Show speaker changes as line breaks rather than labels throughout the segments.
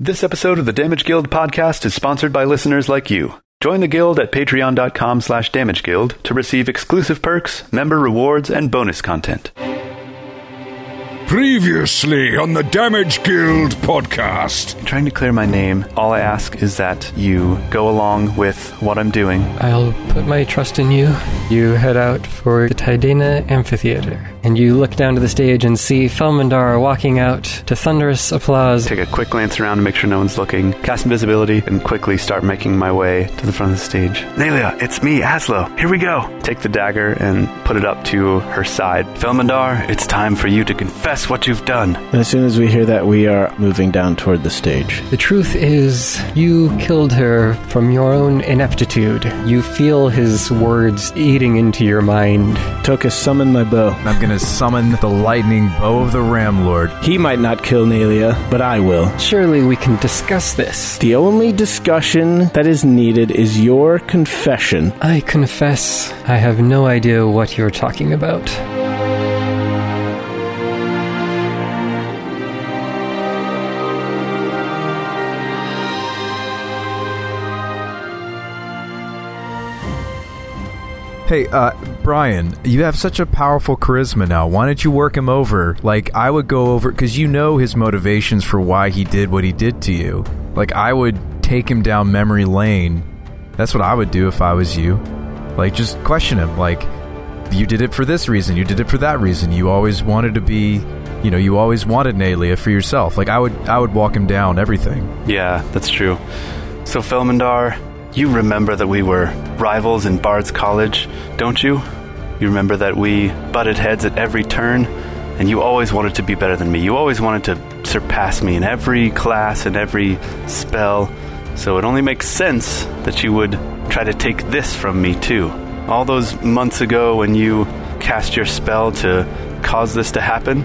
This episode of the Damage Guild podcast is sponsored by listeners like you. Join the guild at patreon.com slash damage guild to receive exclusive perks, member rewards, and bonus content.
Previously on the Damage Guild podcast.
Trying to clear my name, all I ask is that you go along with what I'm doing.
I'll put my trust in you. You head out for the Tidena Amphitheater, and you look down to the stage and see Felmandar walking out to thunderous applause.
Take a quick glance around to make sure no one's looking, cast invisibility, and quickly start making my way to the front of the stage. Nelia, it's me, Aslo. Here we go. Take the dagger and put it up to her side. Felmandar, it's time for you to confess what you've done.
And as soon as we hear that, we are moving down toward the stage.
The truth is, you killed her from your own ineptitude. You feel his words eating into your mind.
Tokus, summon my bow.
I'm gonna summon the lightning bow of the Ram Lord.
He might not kill Nelia, but I will.
Surely we can discuss this.
The only discussion that is needed is your confession.
I confess, I have no idea what you're talking about.
Hey, uh, Brian, you have such a powerful charisma now. Why don't you work him over? Like, I would go over, because you know his motivations for why he did what he did to you. Like, I would take him down memory lane. That's what I would do if I was you. Like, just question him. Like, you did it for this reason. You did it for that reason. You always wanted to be, you know, you always wanted Nalia for yourself. Like, I would, I would walk him down everything.
Yeah, that's true. So, Felmandar, you remember that we were rivals in Bard's College, don't you? You remember that we butted heads at every turn, and you always wanted to be better than me. You always wanted to surpass me in every class and every spell. So it only makes sense that you would try to take this from me, too. All those months ago when you cast your spell to cause this to happen,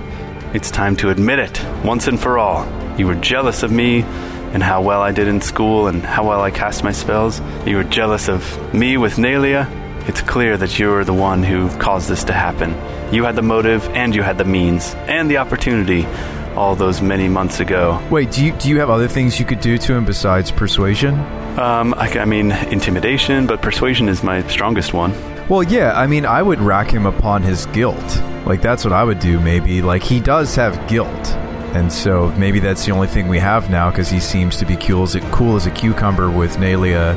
it's time to admit it, once and for all. You were jealous of me and how well I did in school and how well I cast my spells. You were jealous of me with Nalia. It's clear that you were the one who caused this to happen. You had the motive and you had the means and the opportunity all those many months ago.
Wait, do you do you have other things you could do to him besides persuasion?
Um, I, I mean, intimidation, but persuasion is my strongest one.
Well, yeah, I mean, I would rack him upon his guilt. Like, that's what I would do, maybe. Like, he does have guilt. And so maybe that's the only thing we have now because he seems to be cool as, a, cool as a cucumber with Nalia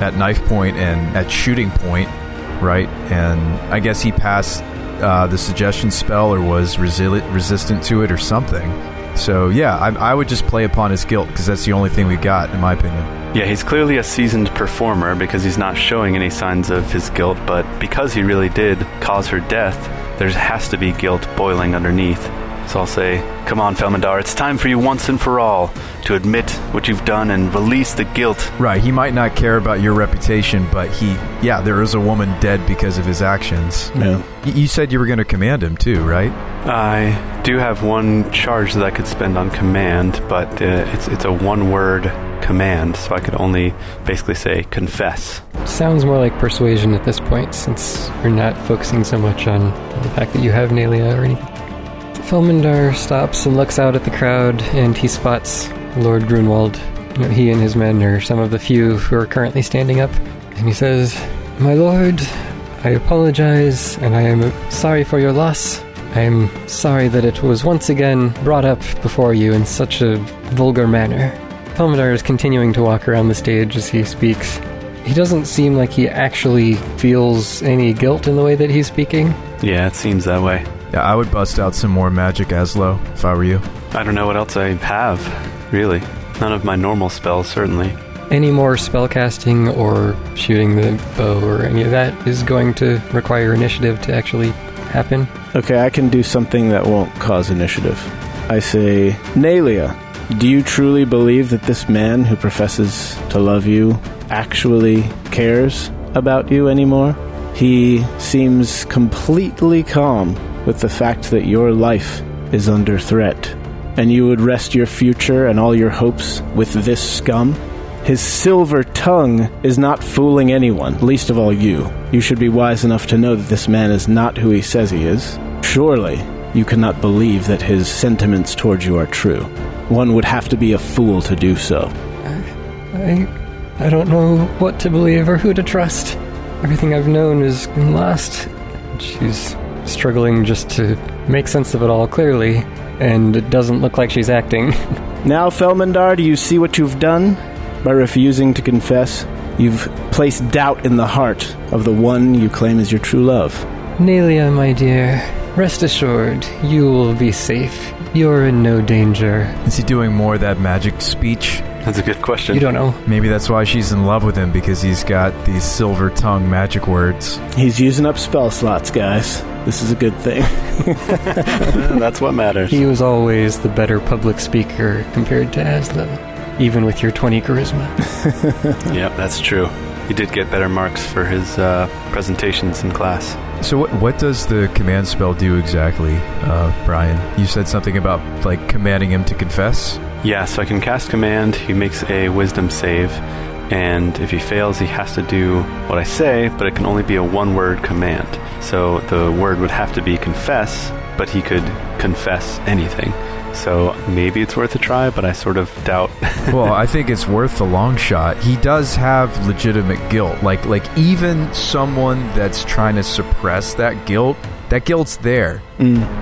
at knife point and at shooting point, right? And I guess he passed uh, the suggestion spell or was resili- resistant to it or something. So, yeah, I, I would just play upon his guilt because that's the only thing we got, in my opinion.
Yeah, he's clearly a seasoned performer because he's not showing any signs of his guilt, but because he really did cause her death, there has to be guilt boiling underneath. So I'll say, Come on, Felmandar, it's time for you once and for all to admit what you've done and release the guilt.
Right, he might not care about your reputation, but he, yeah, there is a woman dead because of his actions.
Yeah.
Y- you said you were going to command him too, right?
I do have one charge that I could spend on command, but uh, it's, it's a one word command, so I could only basically say confess.
Sounds more like persuasion at this point, since you're not focusing so much on the fact that you have Nalia or anything. Felmandar stops and looks out at the crowd, and he spots Lord Grunwald. You know, he and his men are some of the few who are currently standing up, and he says, My lord, I apologize, and I am sorry for your loss. I am sorry that it was once again brought up before you in such a vulgar manner. Pomodar is continuing to walk around the stage as he speaks. He doesn't seem like he actually feels any guilt in the way that he's speaking.
Yeah, it seems that way.
Yeah, I would bust out some more magic, Aslo, if I were you.
I don't know what else I have, really. None of my normal spells, certainly.
Any more spellcasting or shooting the bow or any of that is going to require initiative to actually happen.
Okay, I can do something that won't cause initiative. I say, Nalia, do you truly believe that this man who professes to love you actually cares about you anymore? He seems completely calm with the fact that your life is under threat, and you would rest your future and all your hopes with this scum? His silver tongue is not fooling anyone, least of all you. You should be wise enough to know that this man is not who he says he is. Surely, you cannot believe that his sentiments towards you are true. One would have to be a fool to do so.
I, I don't know what to believe or who to trust. Everything I've known has been lost. She's struggling just to make sense of it all clearly, and it doesn't look like she's acting.
Now, Felmandar, do you see what you've done? By refusing to confess, you've placed doubt in the heart of the one you claim is your true love.
Nelia, my dear, rest assured, you will be safe. You're in no danger.
Is he doing more of that magic speech?
That's a good question.
You don't know.
Maybe that's why she's in love with him because he's got these silver tongue magic words.
He's using up spell slots, guys. This is a good thing.
Yeah, that's what matters.
He was always the better public speaker compared to Asla, even with your 20 charisma.
Yep, that's true. He did get better marks for his uh, presentations in class.
So what what does the command spell do exactly, uh, Brian? You said something about like commanding him to confess.
Yeah, so I can cast command. He makes a wisdom save, and if he fails, he has to do what I say, but it can only be a one word command. So the word would have to be confess, but he could confess anything. So maybe it's worth a try, but I sort of doubt.
well, I think it's worth the long shot. He does have legitimate guilt. Like like even someone that's trying to suppress that guilt, that guilt's there.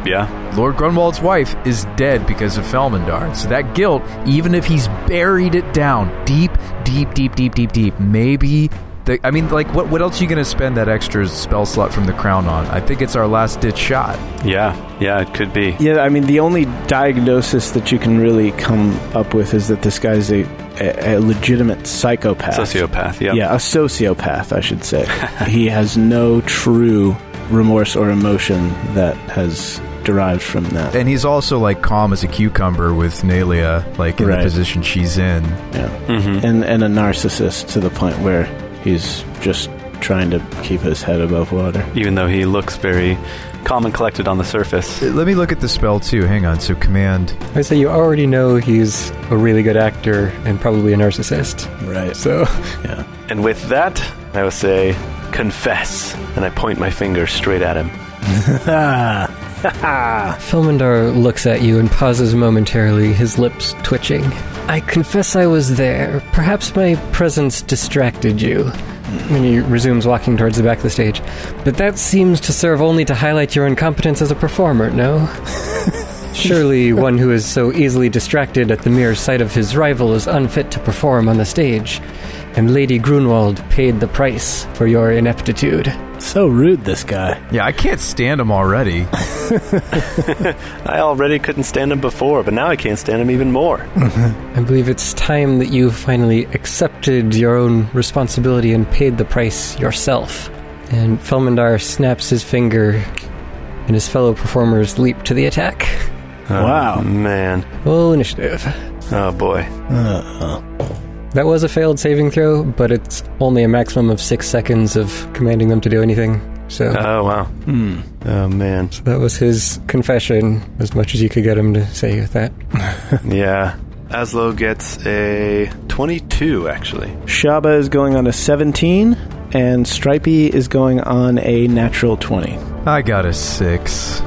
yeah,
Lord Grunwald's wife is dead because of Felmandar. So that guilt, even if he's buried it down deep, deep, deep, deep, deep, deep, maybe. The, I mean, like, what, what else are you going to spend that extra spell slot from the crown on? I think it's our last ditch shot.
yeah, yeah, it could be.
Yeah, I mean, the only diagnosis that you can really come up with is that this guy's a, a, a legitimate psychopath.
Sociopath, yeah.
Yeah, a sociopath, I should say. he has no true remorse or emotion that has derived from that.
And he's also, like, calm as a cucumber with Nalia, like, in
Right.
the position she's in.
Yeah.
Mm-hmm.
And, and a narcissist to the point where he's just trying to keep his head above water.
Even though he looks very calm and collected on the surface.
Uh, Let me look at the spell, too. Hang on. So, command.
I say you already know he's a really good actor and probably a narcissist.
Right.
So,
Yeah.
And with that, I will say, confess. And I point my finger straight at him.
Filmandar looks at you and pauses momentarily, his lips twitching. I confess I was there. Perhaps my presence distracted you. And he resumes walking towards the back of the stage. But that seems to serve only to highlight your incompetence as a performer, no? Surely one who is so easily distracted at the mere sight of his rival is unfit to perform on the stage. And Lady Grunwald paid the price for your ineptitude.
So rude, this guy.
Yeah, I can't stand him already.
I already couldn't stand him before, but now I can't stand him even more.
I believe it's time that you finally accepted your own responsibility and paid the price yourself. And Felmandar snaps his finger, and his fellow performers leap to the attack.
Wow.
Oh, man.
Roll initiative.
Oh, boy.
That was a failed saving throw, but it's only a maximum of six seconds of commanding them to do anything. So
Oh, wow. Hmm. Oh, man.
that was his confession, as much as you could get him to say with that.
Yeah. Aslo gets a 22, actually.
Shaba is going on a 17, and Stripey is going on a natural 20.
I got a six.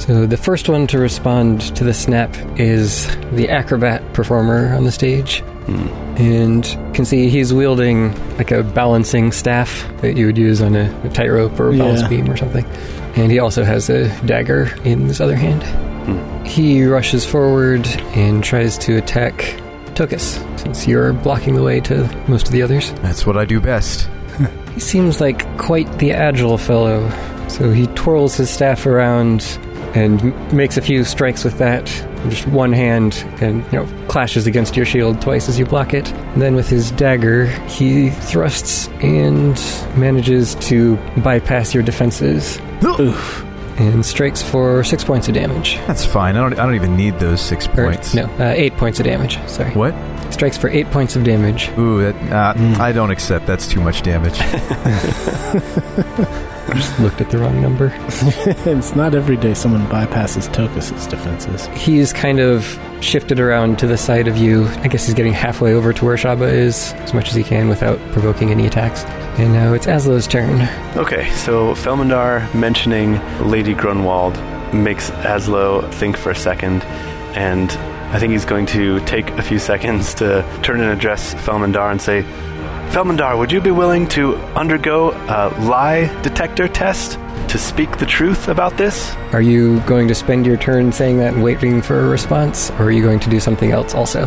So the first one to respond to the snap is the acrobat performer on the stage. And you can see he's wielding like a balancing staff that you would use on a, a tightrope or a balance
Yeah.
beam or something. And he also has a dagger in his other hand. He rushes forward and tries to attack Tokus, since you're blocking the way to most of the others.
That's what I do best.
He seems like quite the agile fellow, so he twirls his staff around and m- makes a few strikes with that. Just one hand and, you know, clashes against your shield twice as you block it. And then with his dagger, he thrusts and manages to bypass your defenses and strikes for six points of damage.
That's fine. I don't. I don't even need those six
Or,
points.
no, uh, eight points of damage. Sorry.
What?
Strikes for eight points of damage.
Ooh, that, uh, I don't accept. That's too much damage.
Looked at the wrong number.
it's not every day someone bypasses Tokus's defenses.
He's kind of shifted around to the side of you. I guess he's getting halfway over to where Shaba is as much as he can without provoking any attacks. And now it's Aslo's turn.
Okay, so Felmandar mentioning Lady Grunwald makes Aslo think for a second and I think he's going to take a few seconds to turn and address Felmandar and say, Felmandar, would you be willing to undergo a lie detector test to speak the truth about this?
Are you going to spend your turn saying that and waiting for a response, or are you going to do something else also?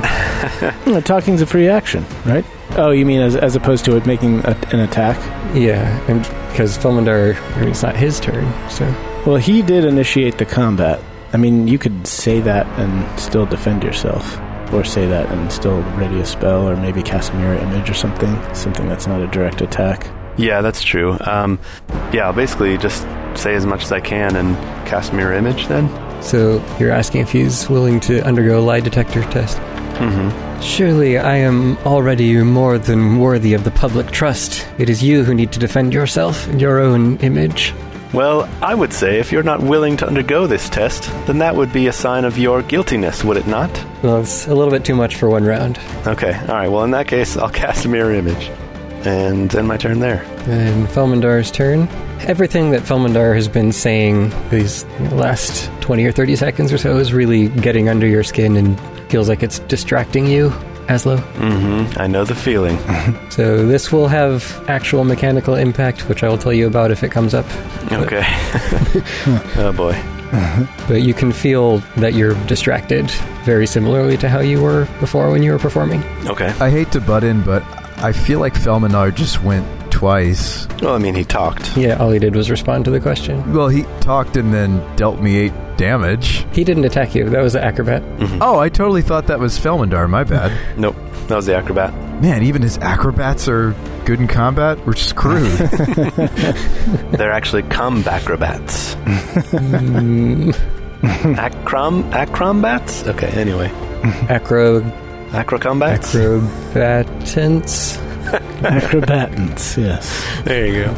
No, talking's a free action, right? Oh, you mean as, as opposed to it making a, an attack?
yeah, and because Felmandar, I mean, it's not his turn, so
Well, he did initiate the combat. I mean, you could say that and still defend yourself. Or say that and still ready a spell, or maybe cast mirror image or something. Something that's not a direct attack.
Yeah, that's true. Um, yeah, I'll basically just say as much as I can and cast mirror image then.
so you're asking if he's willing to undergo a lie detector test.
Mm-hmm.
Surely I am already more than worthy of the public trust. It is you who need to defend yourself and your own image.
Well, I would say if you're not willing to undergo this test, then that would be a sign of your guiltiness, would it not?
Well, it's a little bit too much for one round.
Okay, alright, well, in that case, I'll cast mirror image. And end my turn there.
And Felmandar's turn. Everything that Felmandar has been saying these last 20 or 30 seconds or so is really getting under your skin and feels like it's distracting you, Aslo.
Mm hmm. I know the feeling.
So this will have actual mechanical impact, which I will tell you about if it comes up.
Okay. oh boy.
But you can feel that you're distracted, very similarly to how you were before when you were performing.
Okay.
I hate to butt in, but I feel like Felminar just went twice.
Well, I mean, he talked.
Yeah, all he did was respond to the question.
Well, he talked and then dealt me eight damage.
He didn't attack you. That was the acrobat.
Oh, I totally thought that was Felmandar. My bad.
Nope. That was the acrobat.
Man, even his acrobats are good in combat. We're screwed.
They're actually cum acrobats.
Mm,
Acrom acrombats? Okay, anyway.
acro
Acrocombats?
acrobatance.
Acrobatance, yes.
there you go.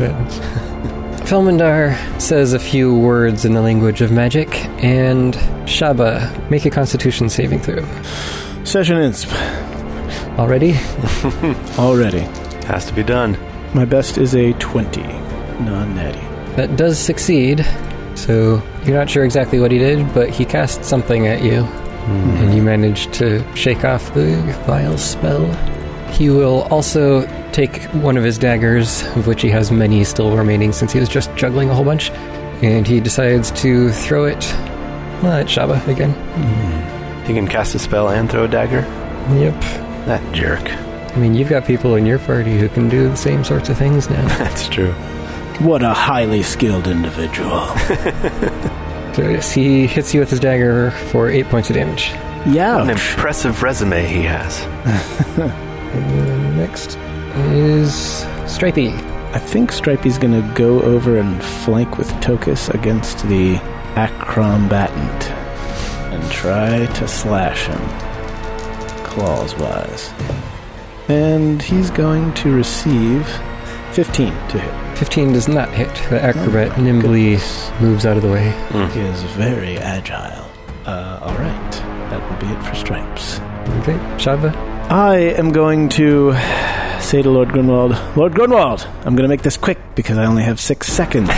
Felmandar says a few words in the language of magic, and Shaba, make a constitution saving throw.
Session insp.
Already?
Already.
Has to be done.
My best is a 20. Non natty.
That does succeed, so you're not sure exactly what he did, but he cast something at you, and you managed to shake off the vile spell. He will also take one of his daggers, of which he has many still remaining since he was just juggling a whole bunch, and he decides to throw it well, at Shaba again.
He can cast a spell and throw a dagger?
Yep.
That jerk.
I mean, you've got people in your party who can do the same sorts of things now.
That's true.
What a highly skilled individual.
so yes, he hits you with his dagger for eight points of damage.
An
Yeah.
impressive resume he has.
And next is E. Stripey.
I think Stripey's gonna go over and flank with Tokus against the acrombatant and try to slash him, claws wise. And he's going to receive 15 to hit.
15 does not hit. The acrobat
Oh my
nimbly
goodness.
moves out of the way.
He is very agile. Uh, all right, that will be it for Stripes.
Okay, Shava.
I am going to say to Lord Grimwald, Lord Grimwald, I'm going to make this quick because I only have six seconds.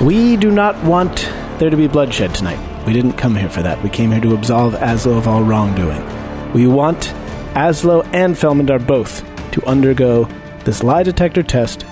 we do not want there to be bloodshed tonight. We didn't come here for that. We came here to absolve Aslo of all wrongdoing. We want Aslo and Felmandar both to undergo this lie detector test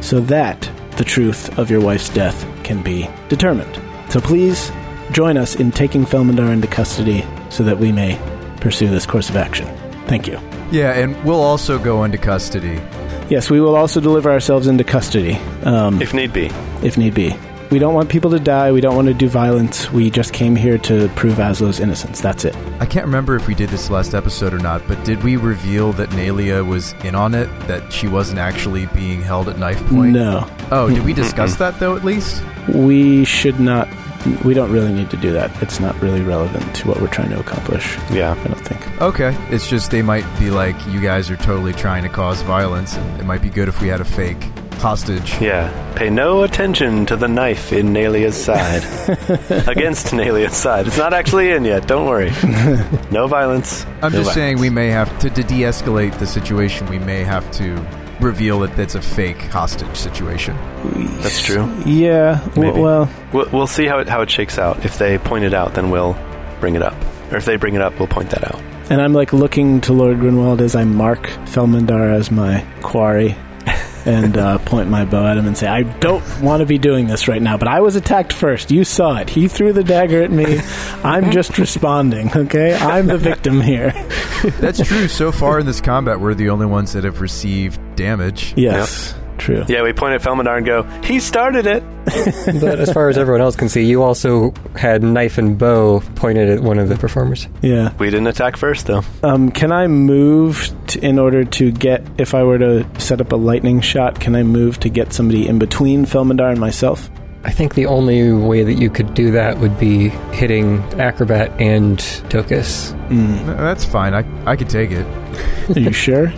so that the truth of your wife's death can be determined. So please join us in taking Felmandar into custody so that we may pursue this course of action. Thank you.
yeah, and we'll also go into custody.
Yes, we will also deliver ourselves into custody um,
If need be.
if need be. We don't want people to die. We don't want to do violence. We just came here to prove Aslo's innocence. That's it.
I can't remember if we did this last episode or not, but did we reveal that Nalia was in on it? That she wasn't actually being held at knife point?
No,
Oh, did we discuss that though? At least.
we should not. We don't really need to do that. It's not really relevant to what we're trying to accomplish.
Yeah.
I don't think.
Okay. It's just they might be like, you guys are totally trying to cause violence, and it might be good if we had a fake hostage.
Yeah. Pay no attention to the knife in Nalia's side. Against Nalia's side. It's not actually in yet. Don't worry. No violence.
I'm
no
just saying
violence.
we may have to, to de-escalate the situation. We may have to reveal that that's a fake hostage situation.
That's true.
Yeah. w-
Maybe.
well,
We'll, we'll see how it, how it shakes out. If they point it out, then we'll bring it up. Or if they bring it up, we'll point that out.
And I'm like looking to Lord Grinwald as I mark Felmandar as my quarry and uh, point my bow at him and say, I don't want to be doing this right now, but I was attacked first. You saw it. He threw the dagger at me. I'm just responding, okay? I'm the victim here.
That's true. So far in this combat, we're the only ones that have received damage.
Yes, true.
Yeah, we point at Felmandar and go, he started it.
But as far as everyone else can see, you also had knife and bow pointed at one of the performers.
Yeah.
We didn't attack first, though.
Um, can I move t- in order to get, if I were to set up a lightning shot, can I move to get somebody in between Felmandar and myself?
I think the only way that you could do that would be hitting Acrobat and Tokus.
Mm.
No, That's fine. I, I could take it.
Are you sure?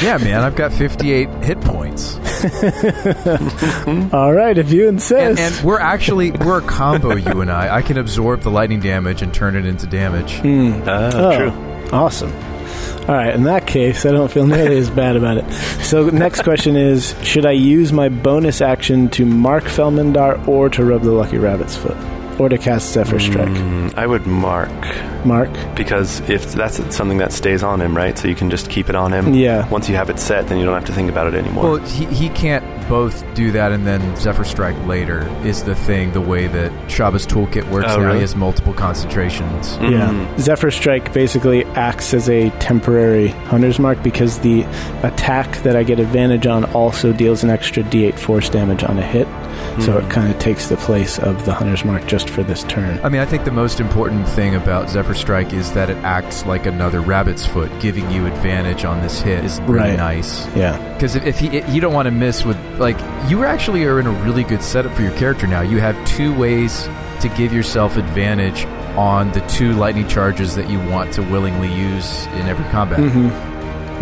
Yeah, man, I've got 58 hit points.
All right, if you
And,
insist.
and we're actually, we're a combo, you and I. I can absorb the lightning damage and turn it into damage.
Mm.
Ah,
Oh,
true.
Awesome. All right, in that case, I don't feel nearly as bad about it. So, next question is Should I use my bonus action to mark Felmandar or to rub the lucky rabbit's foot? Or to cast Zephyr Strike?
Mm, I would mark
Mark?
because if that's something that stays on him, right? So you can just keep it on him.
Yeah.
Once you have it set, then you don't have to think about it anymore.
Well, he, he can't both do that and then Zephyr Strike later is the thing, the way that Shaba's toolkit works
Oh,
now.
really?
He has multiple concentrations.
Mm.
Yeah. Zephyr Strike basically acts as a temporary Hunter's Mark because the attack that I get advantage on also deals an extra d8 force damage on a hit. So
Mm.
it kind of takes the place of the Hunter's Mark just for this turn.
I mean, I think the most important thing about Zephyr Strike is that it acts like another rabbit's foot, giving you advantage on this hit is really
Right.
nice.
Yeah.
Because if, if he, you don't want to miss with, like, you actually are in a really good setup for your character now. You have two ways to give yourself advantage on the two lightning charges that you want to willingly use in every combat.
Mm-hmm.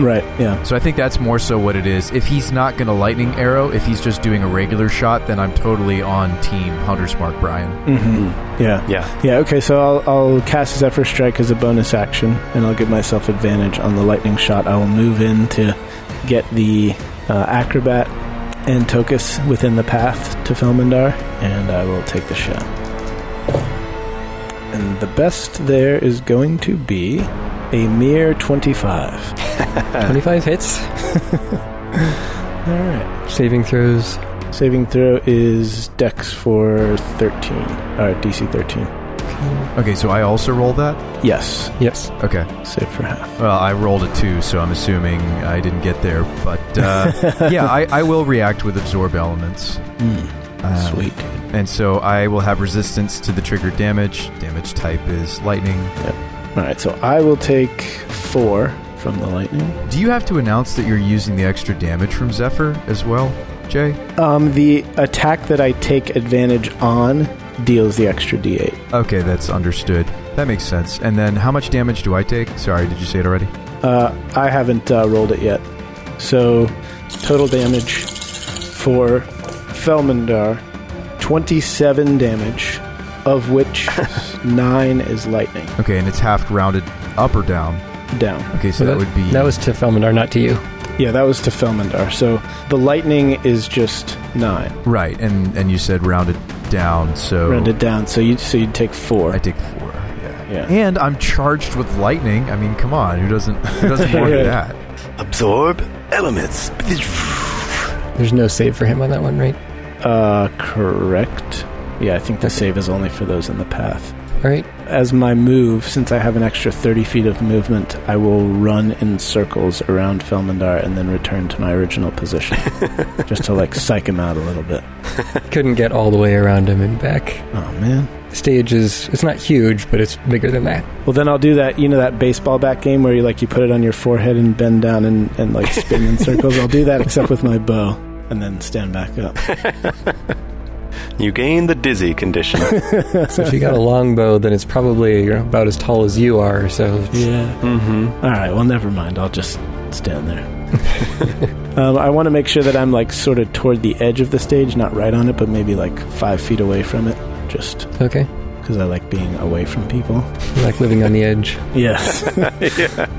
Right, yeah.
So I think that's more so what it is. If he's not going to lightning arrow, if he's just doing a regular shot, then I'm totally on team Hunter's Mark Brian.
Mm-hmm. Yeah.
yeah.
Yeah, okay, so I'll, I'll cast Zephyr Strike as a bonus action, and I'll give myself advantage on the lightning shot. I will move in to get the uh, Acrobat and Tokus within the path to Felmandar, and I will take the shot. And the best there is going to be a mere 25.
25 hits,
All right.
saving throws.
Saving throw is dex for 13, or DC 13.
Okay, so I also roll that?
Yes,
Yes.
Okay.
save for half.
Well, I rolled a two, so I'm assuming I didn't get there. But uh, yeah, I, I will react with absorb elements. Uh,
Hmm. Sweet.
And so I will have resistance to the trigger damage. Damage type is lightning.
All right, so I will take four from the lightning.
Do you have to announce that you're using the extra damage from Zephyr as well, Jay?
Um, the attack that I take advantage on deals the extra d8.
Okay, that's understood. That makes sense. And then how much damage do I take? Sorry, did you say it already?
Uh, I haven't uh, rolled it yet. So, total damage for Felmandar 27 damage, of which 9 is lightning
Okay, and it's half rounded up or down.
down.
Okay, so that, would be
That was to Felmandar, not to you.
Yeah, that was to Felmandar. So, the lightning is just 9
right. And and you said rounded down, so
rounded down. So, you so you'd take 4.
I take four. Yeah.
Yeah.
And I'm charged with lightning. I mean, come on, who doesn't who doesn't want
Yeah.
that?
Absorb elements.
There's no save for him on that one, right?
Uh, correct. Yeah, I think the save is only for those in the path.
All right.
As my move, since I have an extra 30 feet of movement, I will run in circles around Felmandar and then return to my original position. just to, like, psych him out a little bit.
Couldn't get all the way around him and back.
Oh, man.
Stage is, it's not huge, but it's bigger than that.
Well, then I'll do that, you know, that baseball bat game where you, like, you put it on your forehead and bend down and, and like, spin in circles. I'll do that except with my bow and then stand back up.
You gain the dizzy condition.
So if you got a longbow, then it's probably you know, about as tall as you are. So
Yeah.
mm-hmm.
All right, well, never mind. I'll just stand there. um, I want to make sure that I'm, like, sort of toward the edge of the stage, not right on it, but maybe, like, five feet away from it. Just
okay,
because I like being away from people.
You like living on the edge.
Yes.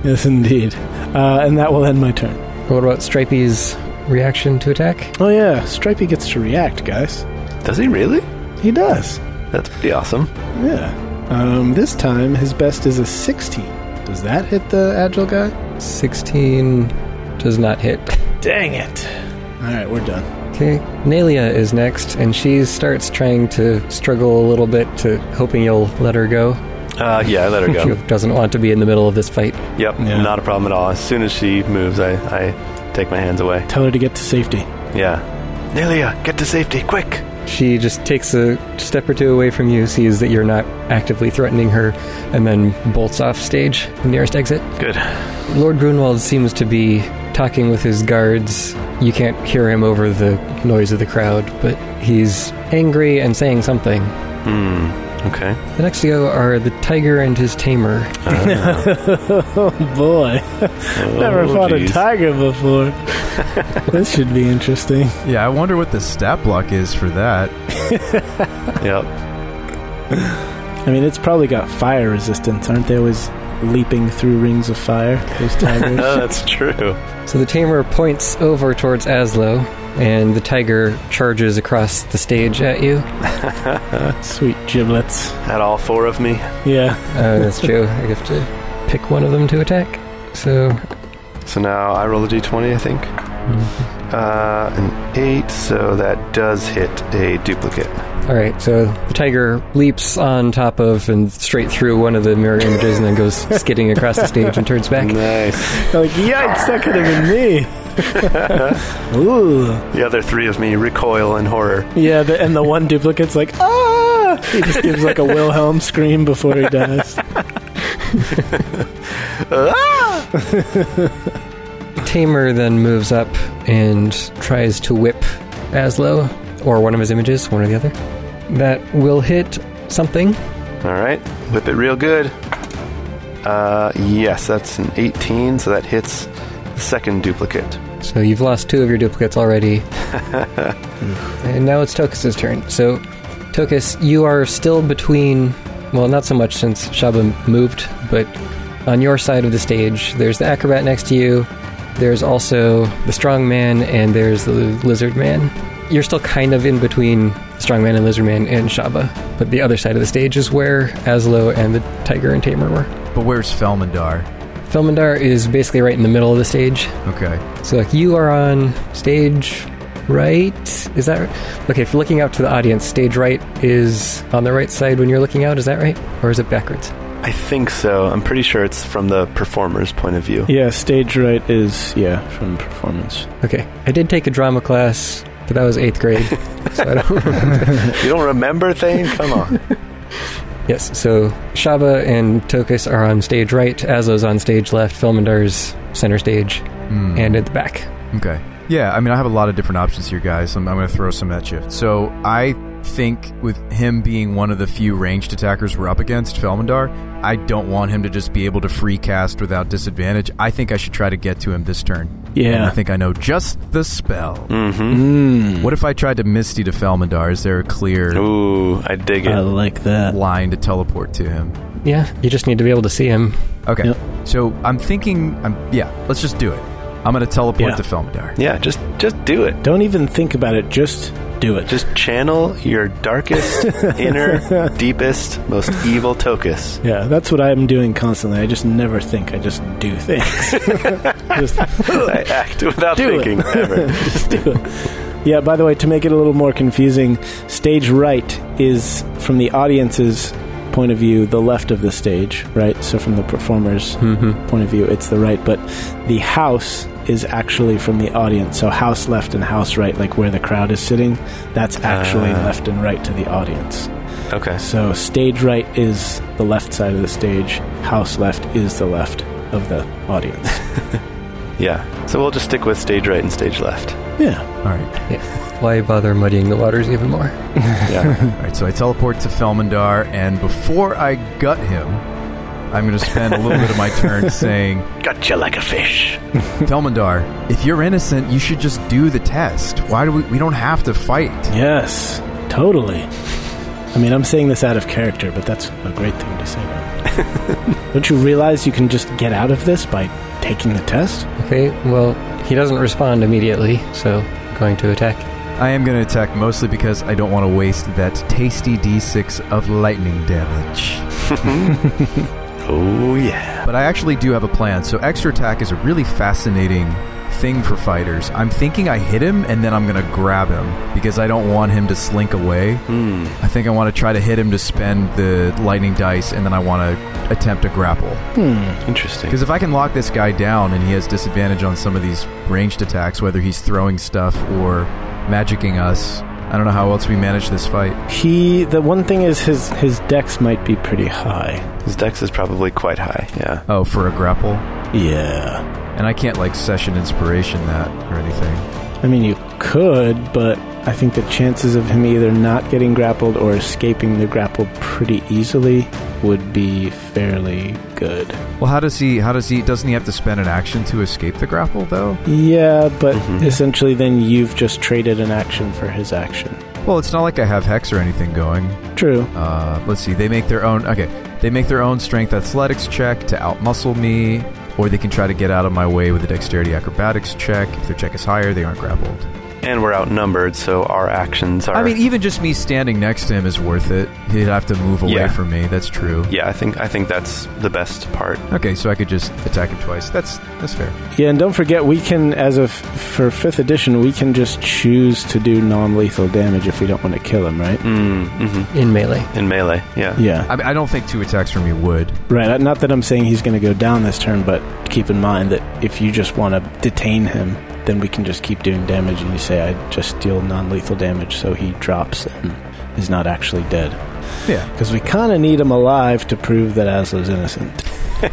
Yes, indeed. Uh, and that will end my turn.
What about Stripey's reaction to attack?
Oh, yeah. Stripey gets to react, guys.
Does he really?
He does.
That's pretty awesome.
Yeah. Um, this time, his best is a 16. Does that hit the agile guy?
16 does not hit.
Dang it. All right, we're done.
Okay. Nalia is next, and she starts trying to struggle a little bit to hoping you'll let her go.
Uh, yeah, I let her
She
go.
doesn't want to be in the middle of this fight.
yep,
Yeah.
not a problem at all. As soon as she moves, I, I take my hands away.
Tell her to get to safety.
Yeah. Nelia, get to safety, quick!
She just takes a step or two away from you, sees that you're not actively threatening her, and then bolts off stage, the nearest exit.
Good.
Lord Grunwald seems to be talking with his guards. You can't hear him over the noise of the crowd, but he's angry and saying something.
Hmm. Okay.
The next to go are the tiger and his tamer.
oh boy. Never
Oh,
fought
geez.
a tiger before. this should be interesting.
Yeah, I wonder what the stat block is for that.
Yep.
I mean, it's probably got fire resistance. Aren't they always leaping through rings of fire? Those
Oh,
tigers.
that's true.
So the tamer points over towards Aslo, and the tiger charges across the stage at you.
Sweet giblets.
Had all four of me.
Yeah.
Uh, that's true. I have to pick one of them to attack. So
So now I roll a d20, I think. Uh, an eight, so that does hit a duplicate.
All right, so the tiger leaps on top of and straight through one of the mirror images and then goes skidding across the stage and turns back.
Nice.
Like, yikes, that could have been me. Ooh.
The other three of me recoil in horror.
Yeah, the, and the one duplicate's like, ah! He just gives like a Wilhelm scream before he dies.
Tamer then moves up and tries to whip Aslo or one of his images, one or the other. That will hit something.
All right. Whip it real good. Uh, yes, that's an 18, so that hits the second duplicate.
So you've lost two of your duplicates already. and now it's Tokus' turn. So, Tokus, you are still between. Well, not so much since Shaba moved, but on your side of the stage, there's the acrobat next to you, there's also the strong man, and there's the lizard man. You're still kind of in between strongman and lizard man and Shaba, but the other side of the stage is where Aslo and the tiger and tamer were.
But where's Felmandar?
Felmandar is basically right in the middle of the stage.
Okay.
So like you are on stage right. Is that right? Okay, if you're looking out to the audience, stage right is on the right side when you're looking out, is that right? Or is it backwards?
I think so. I'm pretty sure it's from the performer's point of view.
Yeah, stage right is, yeah, from performance.
Okay. I did take a drama class, but that was 8th grade. so I don't
You don't remember thing? Come on.
Yes, so Shaba and Tokus are on stage right, Azo's on stage left, Filmandar's center stage,
Hmm.
and at the back.
Okay. Yeah, I mean, I have a lot of different options here, guys. I'm, I'm going to throw some at you. So I think with him being one of the few ranged attackers we're up against, Felmandar, I don't want him to just be able to free cast without disadvantage. I think I should try to get to him this turn. And I
Yeah.
think I know just the spell.
Mm-hmm.
Mm,
What if I tried to Misty to Felmandar? Is there a clear
Ooh, I dig it.
I like that.
line to teleport to him?
Yeah, you just need to be able to see him.
Okay.
Yep.
So I'm thinking, I'm yeah, let's just do it. I'm going to teleport
Yeah.
to Felmandar.
Yeah, just just do it.
Don't even think about it, just do it.
Just channel your darkest, inner, deepest, most evil Tokus.
Yeah, that's what I'm doing constantly. I just never think. I just do things. just
I act without
Do it.
thinking ever.
just do it. Yeah, by the way, to make it a little more confusing, stage right is from the audience's point of view, the left of the stage, right? So from the performer's
Mm-hmm.
point of view, it's the right, but the house is actually from the audience. So house left and house right, like where the crowd is sitting, that's actually
Ah.
left and right to the audience.
Okay.
So stage right is the left side of the stage, house left is the left of the audience.
Yeah. So we'll just stick with stage right and stage left.
yeah.
All right.
Why bother muddying the waters even more?
Yeah.
All right, so I teleport to Felmandar, and before I gut him, I'm going to spend a little bit of my turn saying,
Gotcha like a fish.
Felmandar, if you're innocent, you should just do the test. Why do we? We don't have to fight.
Yes. Totally. I mean, I'm saying this out of character, but that's a great thing to say. Now. Don't you realize you can just get out of this by taking the test?
Okay, well, he doesn't respond immediately, so going to attack.
I am going to attack mostly because I don't want to waste that tasty d6 of lightning damage.
Oh, yeah.
But I actually do have a plan. So extra attack is a really fascinating thing for fighters. I'm thinking I hit him and then I'm going to grab him because I don't want him to slink away. I think I want to try to hit him to spend the lightning dice and then I want to attempt to grapple.
Interesting.
Because if I can lock this guy down and he has disadvantage on some of these ranged attacks, whether he's throwing stuff or magicking us, I don't know how else we manage this fight.
He. The one thing is his his dex might be pretty high.
His dex is probably quite high. Yeah.
Oh, for a grapple?
Yeah.
And I can't, like, session inspiration that or anything.
I mean, you could, but I think the chances of him either not getting grappled or escaping the grapple pretty easily would be fairly good.
Well, how does he? How does he? Doesn't he have to spend an action to escape the grapple, though?
Yeah, but
Mhm.
essentially, then you've just traded an action for his action.
Well, it's not like I have hex or anything going.
True.
Uh, let's see. They make their own. Okay, they make their own strength athletics check to outmuscle me, or they can try to get out of my way with a dexterity acrobatics check. If their check is higher, they aren't grappled.
And we're outnumbered, so our actions are.
I mean, even just me standing next to him is worth it. He'd have to move away
Yeah.
from me. That's true.
yeah, I think I think that's the best part.
Okay, so I could just attack him twice. That's that's fair.
Yeah, and don't forget, we can, as of for fifth edition, we can just choose to do non-lethal damage if we don't want to kill him, right?
Mm, hmm
in melee.
In melee, yeah.
Yeah.
I, mean, I don't think two attacks from me would.
Right. Not that I'm saying he's going to go down this turn, but keep in mind that if you just want to detain him, then we can just keep doing damage. And you say, I just deal non-lethal damage, so he drops and is not actually dead.
Yeah.
Because we kind of need him alive to prove that Aslo's innocent.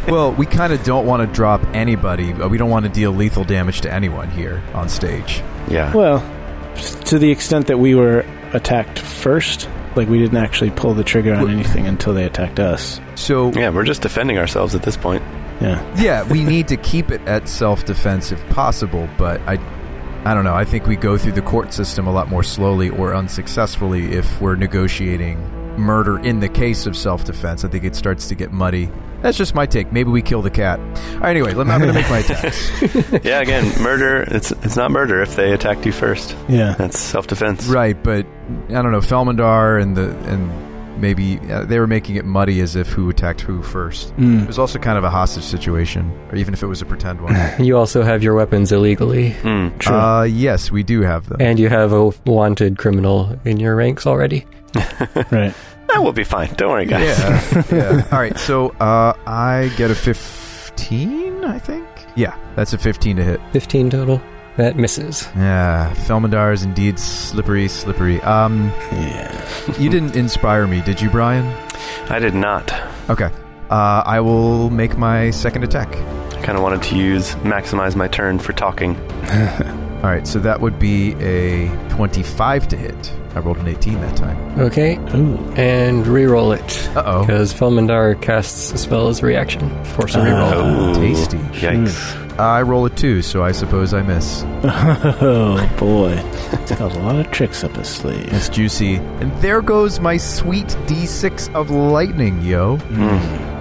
Well, we kind of don't want to drop anybody. but We don't want to deal lethal damage to anyone here on stage.
Yeah.
Well, s- to the extent that we were attacked first, like we didn't actually pull the trigger on
Wh-
anything until they attacked us.
So,
Yeah, we're just defending ourselves at this point.
Yeah.
yeah, we need to keep it at self defense if possible, but I I don't know. I think we go through the court system a lot more slowly or unsuccessfully if we're negotiating murder in the case of self defense. I think it starts to get muddy. That's just my take. Maybe we kill the cat. All right, anyway, let me- I'm going to make my attacks.
yeah, again, murder. It's it's not murder if they attacked you first.
Yeah.
That's self defense.
Right, but I don't know. Felmandar and the and maybe uh, they were making it muddy as if who attacked who first. It
Mm.
was also kind of a hostage situation, or even if it was a pretend one.
You also have your weapons illegally,
Mm.
True.
Uh, yes, we do have them.
and you have a wanted criminal in your ranks already.
right.
That will be fine. Don't worry, guys.
Yeah. yeah. All right. So uh, I get a 15, I think. Yeah, that's a 15 to hit.
15 total. That misses.
Yeah, Felmandar is indeed slippery, slippery. Um,
Yeah.
you didn't inspire me, did you, Brian?
I did not.
Okay. Uh, I will make my second attack.
I kind of wanted to use maximize my turn for talking.
All right, so that would be a 25 to hit. I rolled an 18 that time.
Okay,
Ooh.
and re-roll it.
Uh oh.
Because Felmandar casts a spell as a reaction. Force a
Ah.
reroll.
Oh,
tasty.
Yikes.
I roll a 2, so I suppose I miss.
Oh boy. He's got a lot of tricks up his sleeve.
It's juicy. And there goes my sweet D6 of lightning, yo.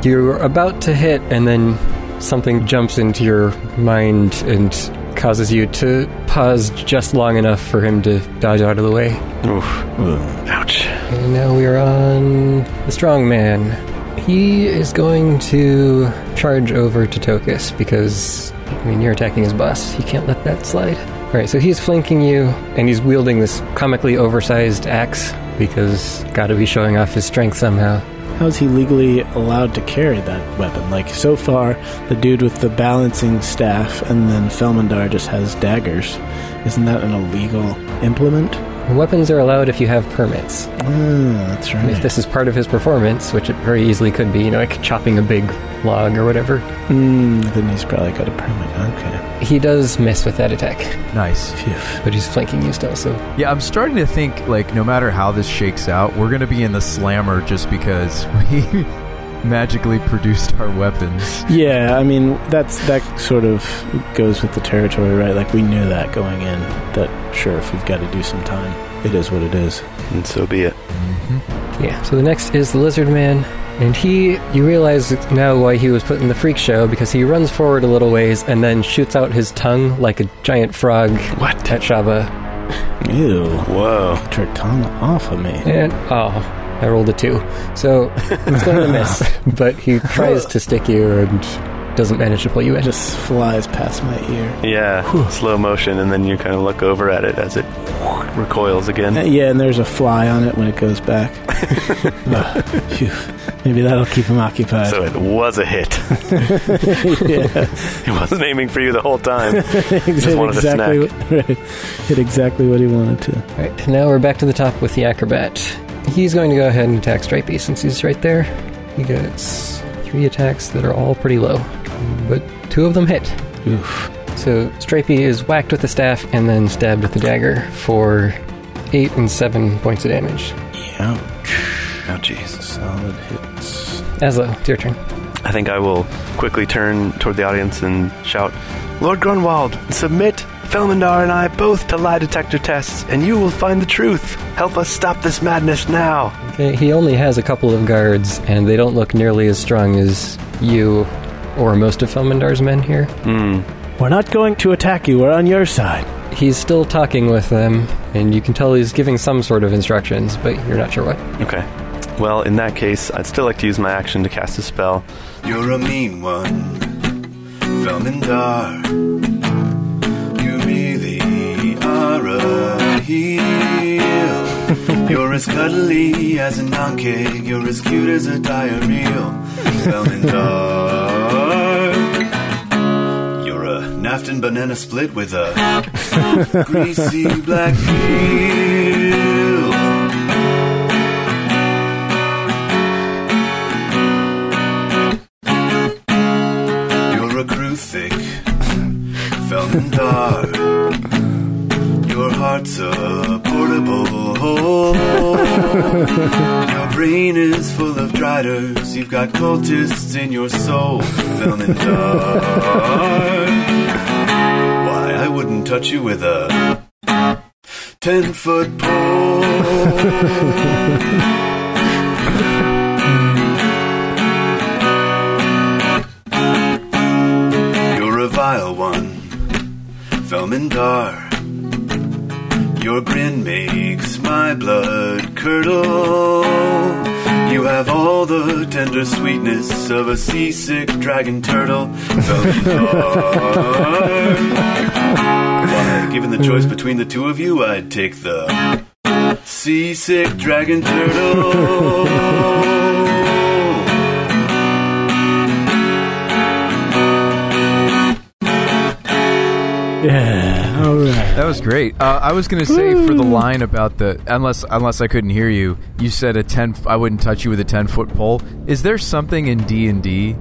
You're about to hit, and then something jumps into your mind and causes you to pause just long enough for him to dodge out of the way.
Oof.
Ooh.
Ouch.
And now we are on the strong man. He is going to charge over to Tokus because, I mean, you're attacking his boss. He can't let that slide. All right, so he's flanking you, and he's wielding this comically oversized axe because gotta be showing off his strength somehow.
How is he legally allowed to carry that weapon? Like so far, the dude with the balancing staff and then Felmandar just has daggers. Isn't that an illegal implement?
Weapons are allowed if you have permits.
Ah, that's
And If
right.
this is part of his performance, which it very easily could be, you know, like chopping a big log or whatever,
Mm, then he's probably got a permit. Okay.
he does miss with that attack,
Nice.
Phew.
but he's flanking you still, so
Yeah, I'm starting to think like no matter how this shakes out, we're gonna be in the slammer just because we magically produced our weapons.
Yeah, I mean that's that sort of goes with the territory, right? Like we knew that going in. That sure, if we've got to do some time, it is what it is.
And so be it.
Mm-hmm.
Yeah. So the next is the Lizard Man, and he, you realize now why he was put in the freak show because he runs forward a little ways and then shoots out his tongue like a giant frog
What?
at Shaba.
Ew.
Whoa.
Turtana off of me.
And oh, I rolled a two, so it's going to miss. But he tries to stick you and doesn't manage to pull you
It
in.
just flies past my ear.
Yeah, slow motion, and then you kind of look over at it as it recoils
Uh,
again.
yeah, and there's a fly on it when it goes back. Ugh, phew. Maybe that'll keep him occupied.
So it was a hit.
yeah,
He wasn't aiming for you the whole time.
Hit
wanted a
exactly, what- right. hit exactly what he wanted to.
All right, now we're back to the top with the acrobat. He's going to go ahead and attack Stripey since he's right there. He gets three attacks that are all pretty low, but two of them hit.
Oof.
So Stripey is whacked with the staff and then stabbed with the dagger for eight and seven points of damage.
Yeah,
Oh, jeez.
solid hits.
Aslo, it's your turn.
I think I will quickly turn toward the audience and shout, Lord Grunwald, submit Felmandar and I both to lie detector tests, and you will find the truth. Help us stop this madness now.
Okay, he only has a couple of guards, and they don't look nearly as strong as you or most of Felmandar's men here.
Hmm.
We're not going to attack you. We're on your side.
He's still talking with them, and you can tell he's giving some sort of instructions, but you're not sure what.
Okay. Well, in that case, I'd still like to use my action to cast a spell.
You're a mean one, Felmandar. You really are a heel. You're as cuddly as a non cake, you're as cute as a diarrheal. Felmandar. You're a Nafton banana split with a greasy black peel. You're a Kruthic, Felmendar. Your heart's a portable hole. Your brain is full of driders. You've got cultists in your soul, Felmendar. Why, I wouldn't touch you with a ten foot pole. You're a vile one, Felmandar. Your grin makes my blood curdle. You have all the tender sweetness of a seasick dragon turtle, Felmandar. Why, given the choice between the two of you, I'd take the seasick dragon turtle.
Yeah, all right.
That was great. Uh, I was gonna say for the line about the unless unless I couldn't hear you, you said a ten. I wouldn't touch you with a ten foot pole. Is there something in D and D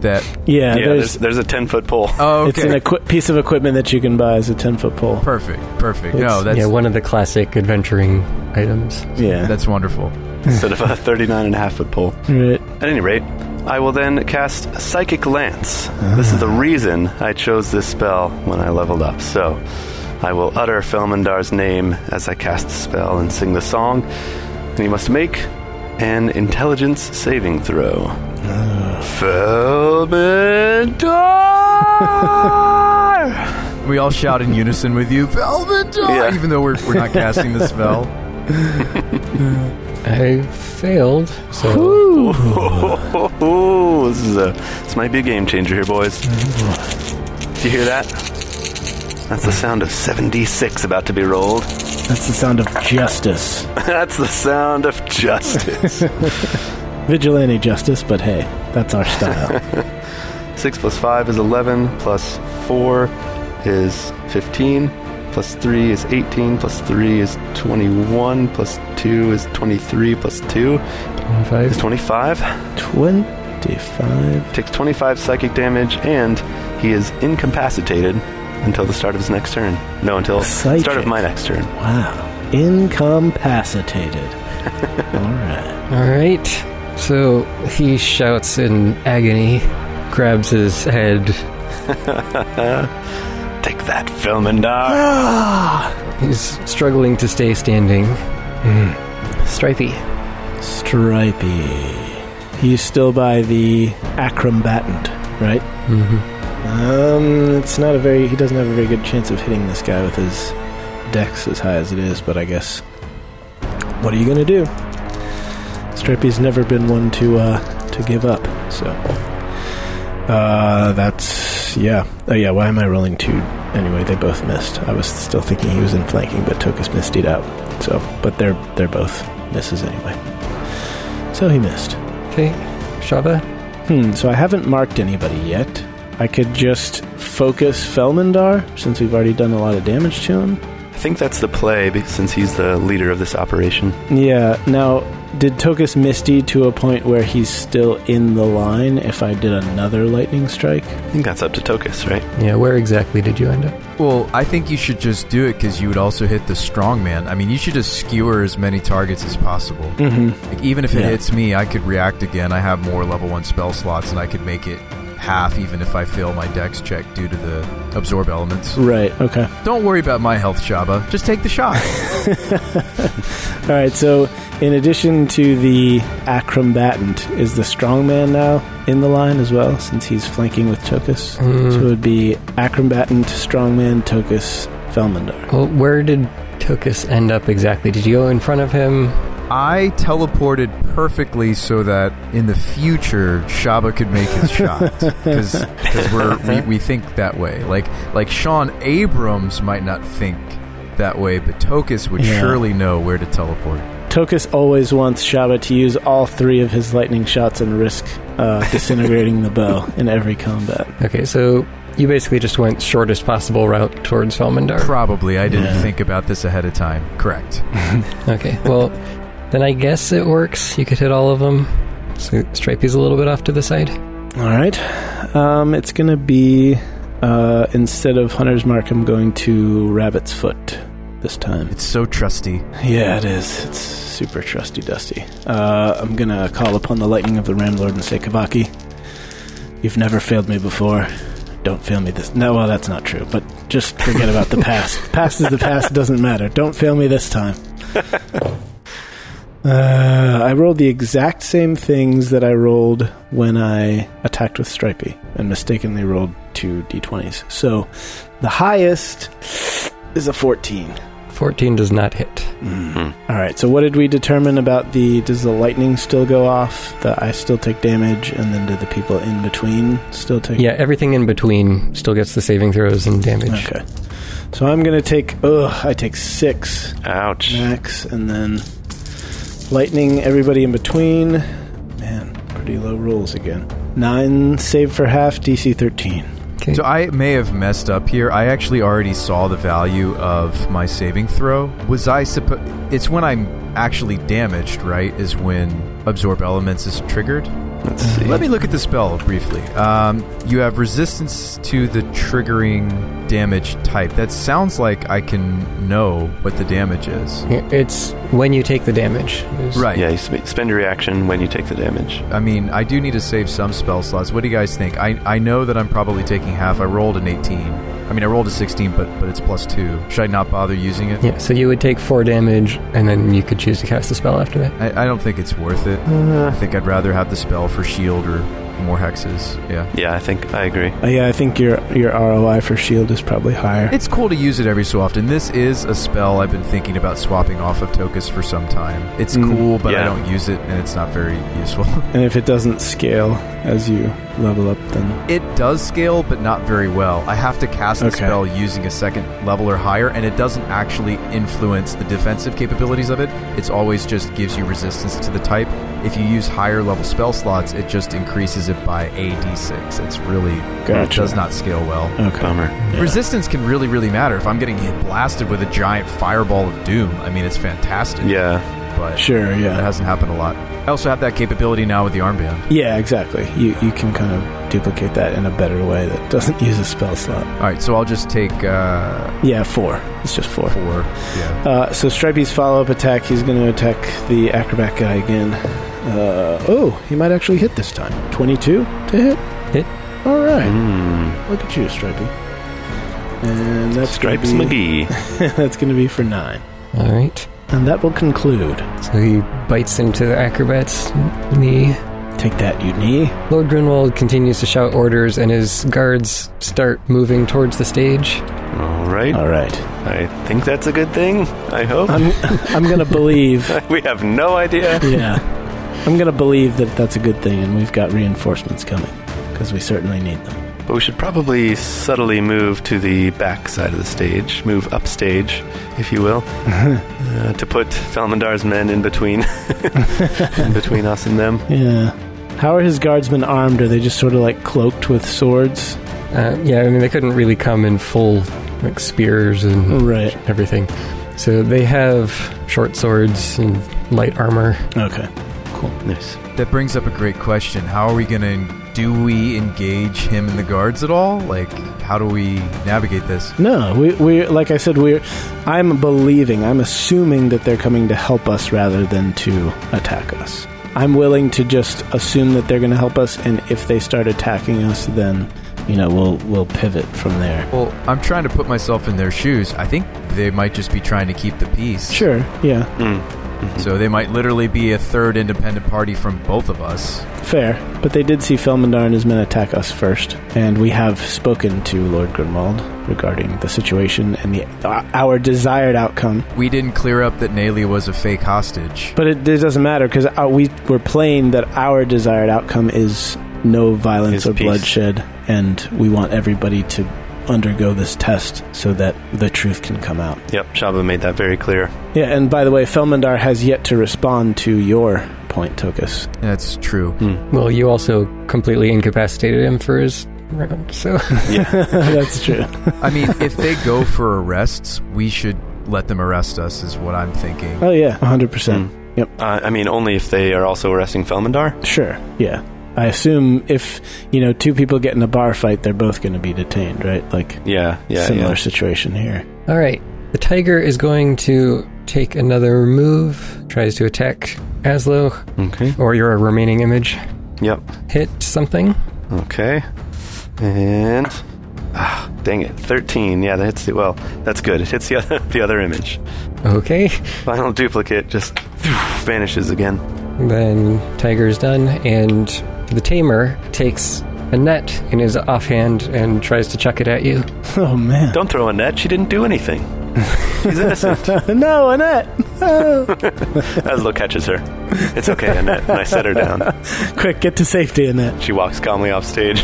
that?
Yeah,
yeah, there's,
there's,
there's a 10 foot pole.
Oh, okay.
it's an equi- piece of equipment that you can buy as a ten foot pole.
perfect, perfect.
Oh,
No, that's
yeah, one of the classic adventuring items.
Yeah,
that's wonderful.
instead of a 39 and a half foot pole.
right.
At any rate, I will then cast Psychic Lance. This is the reason I chose this spell when I leveled up. So I will utter Felmandar's name as I cast the spell and sing the song, and he must make an intelligence saving throw. Felmandar!
We all shout in unison with you, Velvet.
Yeah.
Even though we're, we're not casting the spell.
I failed, so
Ooh, this is a this might be a game changer here, boys. Do you hear that? That's the sound of 7d6 about to be rolled.
That's the sound of justice,
That's the sound of justice.
vigilante justice. But hey, that's our style.
6 plus 5 is 11, plus 4 is 15, plus 3 is 18, plus 3 is 21, plus 2 is 23, plus 2 is
25.
25.
Twenty-five.
Takes 25 psychic damage, and he is incapacitated until the start of his next turn. No, until the start
Psychic.
of my next turn.
Wow, incapacitated. all right.
All right. So he shouts in agony, grabs his head.
Take that, Filmandar.
He's struggling to stay standing.
Hmm.
Stripey.
Stripey. He's still by the acrombatant, right?
Mm-hmm.
Um, it's not a very. He doesn't have a very good chance of hitting this guy with his dex as high as it is. But I guess. What are you gonna do? Stripey's never been one to uh, to give up. So uh, that's yeah. Oh yeah. Why am I rolling two? Anyway, they both missed. I was still thinking he was in flanking, but took his misdeed out. So, but they're they're both misses anyway. So he missed.
Okay, Shava.
Hmm. So I haven't marked anybody yet. I could just focus Felmandar since we've already done a lot of damage to him.
I think that's the play be- since he's the leader of this operation.
Yeah. Now, did Tokus misdeed to a point where he's still in the line if I did another lightning strike?
I think that's up to Tokus, right?
Yeah, where exactly did you end up?
Well, I think you should just do it because you would also hit the strongman. I mean, you should just skewer as many targets as possible.
Mm-hmm.
Like, even if it
Yeah.
hits me, I could react again. I have more level one spell slots, and I could make it half even if I fail my dex check due to the absorb elements.
Right. Okay.
Don't worry about my health, Shaba. Just take the shot.
All right. So, in addition to the acrombatant, is the strongman now in the line as well since he's flanking with Tokus? So it
Mm,
would be acrombatant, strongman, Tokus, Felmandar.
well, where did Tokus end up exactly? Did you go in front of him?
I teleported perfectly so that in the future Shaba could make his shot because we're we, we think that way. Like like Sean Abrams might not think that way, but Tokus would
Yeah.
surely know where to teleport.
Tokus always wants Shaba to use all three of his lightning shots and risk uh, disintegrating the bow in every combat.
Okay, so you basically just went shortest possible route towards Felmandar.
Probably, I didn't
Yeah.
think about this ahead of time. Correct.
Okay, well, then I guess it works. You could hit all of them. So Stripey's a little bit off to the side.
All right. Um, it's going to be uh, instead of Hunter's Mark, I'm going to Rabbit's Foot this time.
It's so trusty.
Yeah, it is. It's super trusty dusty. Uh, I'm going to call upon the lightning of the Ramlord and say, Kavaki, you've never failed me before. Don't fail me this. No, well, that's not true. But just forget about the past. Past is the past. it Doesn't matter. Don't fail me this time. Uh, I rolled the exact same things that I rolled when I attacked with Stripey and mistakenly rolled two d20s. So the highest is a 14.
14 does not hit.
All right. So what did we determine about the? Does the lightning still go off? The I still take damage, and then do the people in between still take?
Yeah, everything in between still gets the saving throws and damage.
Okay. So I'm gonna take. Ugh. I take six
Ouch.
max, and then lightning everybody in between. Man, pretty low rolls again. Nine save for half. DC 13.
Okay.
So I may have messed up here. I actually already saw the value of my saving throw. Was I supposed? It's when I'm actually damaged, right? Is when absorb elements is triggered.
Let's see.
Let me look at the spell briefly. Um, you have resistance to the triggering damage type. That sounds like I can know what the damage is.
it's when you take the damage. Is-
Right.
Yeah, you sp- spend a reaction when you take the damage.
I mean, I do need to save some spell slots. What do you guys think? I, I know that I'm probably taking half. I rolled an 18. I mean, I rolled a 16, but but it's plus two. Should I not bother using it?
Yeah, so you would take four damage, and then you could choose to cast a spell after that.
I, I don't think it's worth it. I think I'd rather have the spell for shield or more hexes. Yeah.
Yeah, I think I agree.
Uh, yeah, I think your your ROI for shield is probably higher.
It's cool to use it every so often. This is a spell I've been thinking about swapping off of Tokus for some time. It's
Mm.
cool, but I
Yeah.
don't use it, and it's not very useful.
and if it doesn't scale as you level up, then
it does scale, but not very well. I have to cast the
Okay.
spell using a second level or higher, and it doesn't actually influence the defensive capabilities of it. It's always just gives you resistance to the type. If you use higher level spell slots, it just increases it by a d6. It's really
gotcha.
does not scale well.
Okay.
Bummer.
Yeah.
Resistance can really, really matter. If I'm getting hit blasted with a giant fireball of doom, I mean, it's fantastic.
Yeah.
But
Sure.
that
Yeah.
hasn't happened a lot. I also have that capability now with the armband.
Yeah, exactly. You you can kind of duplicate that in a better way that doesn't use a spell slot.
All right, so I'll just take uh,
Yeah, four. It's just four.
four. Yeah.
Uh, so Stripey's follow up attack. He's going to attack the acrobat guy again. Uh, oh, he might actually hit this time. Twenty two to hit.
Hit.
All right.
Mm.
Look at you, Stripey. And that's gonna
Stripes
be,
McGee.
that's going to be for nine.
All right.
And that will conclude.
So he bites into the acrobat's knee.
Take that, you knee.
Lord Grinwald continues to shout orders, and his guards start moving towards the stage.
All right.
All right.
I think that's a good thing. I hope.
I'm I'm going to believe.
we have no idea.
Yeah. I'm going to believe that that's a good thing, and we've got reinforcements coming because we certainly need them.
But we should probably subtly move to the back side of the stage, move upstage, if you will, uh, to put Felmandar's men in between, in between us and them.
Yeah. How are his guardsmen armed? Are they just sort of like cloaked with swords?
Uh, yeah, I mean, they couldn't really come in full, like, spears and
Right.
everything. So they have short swords and light armor.
Okay.
Yes.
That brings up a great question. How are we going to do we engage him and the guards at all? Like how do we navigate this?
No, we we like I said we're I'm believing, I'm assuming that they're coming to help us rather than to attack us. I'm willing to just assume that they're going to help us and if they start attacking us then you know, we'll we'll pivot from there.
Well, I'm trying to put myself in their shoes. I think they might just be trying to keep the peace.
Sure. Yeah.
Mm.
So they might literally be a third independent party from both of us.
Fair. But they did see Felmandar and his men attack us first, and we have spoken to Lord Grimwald regarding the situation and the uh, our desired outcome.
We didn't clear up that Nalia was a fake hostage.
But it, it doesn't matter because we we're playing that our desired outcome is no violence
Is
or
peace.
bloodshed, and we want everybody to undergo this test so that the truth can come out.
Yep, Shaba made that very clear.
Yeah, and by the way, Felmandar has yet to respond to your point, Tokus.
That's true.
Well, you also completely incapacitated him for his round, so.
That's true.
I mean, if they go for arrests, we should let them arrest us, is what I'm thinking.
Oh yeah, hundred percent. Yep.
Uh, I mean, only if they are also arresting Felmandar.
Sure. Yeah. I assume if you know two people get in a bar fight, they're both going to be detained, right? Like
Yeah, yeah,
similar
yeah.
situation here.
All right. The tiger is going to take another move, tries to attack Aslo
Okay.
or your remaining image.
Yep.
Hit something.
Okay. And ah, dang it, thirteen. Yeah, that hits the well. That's good. It hits the other the other image.
Okay.
Final duplicate just vanishes again.
Then tiger is done, and the tamer takes a net in his offhand and tries to chuck it at you.
Oh man.
Don't throw a net. She didn't do anything. She's innocent.
no, Annette.
Aslo catches her. It's okay, Annette. And I set her down.
Quick, get to safety, Annette.
She walks calmly off stage.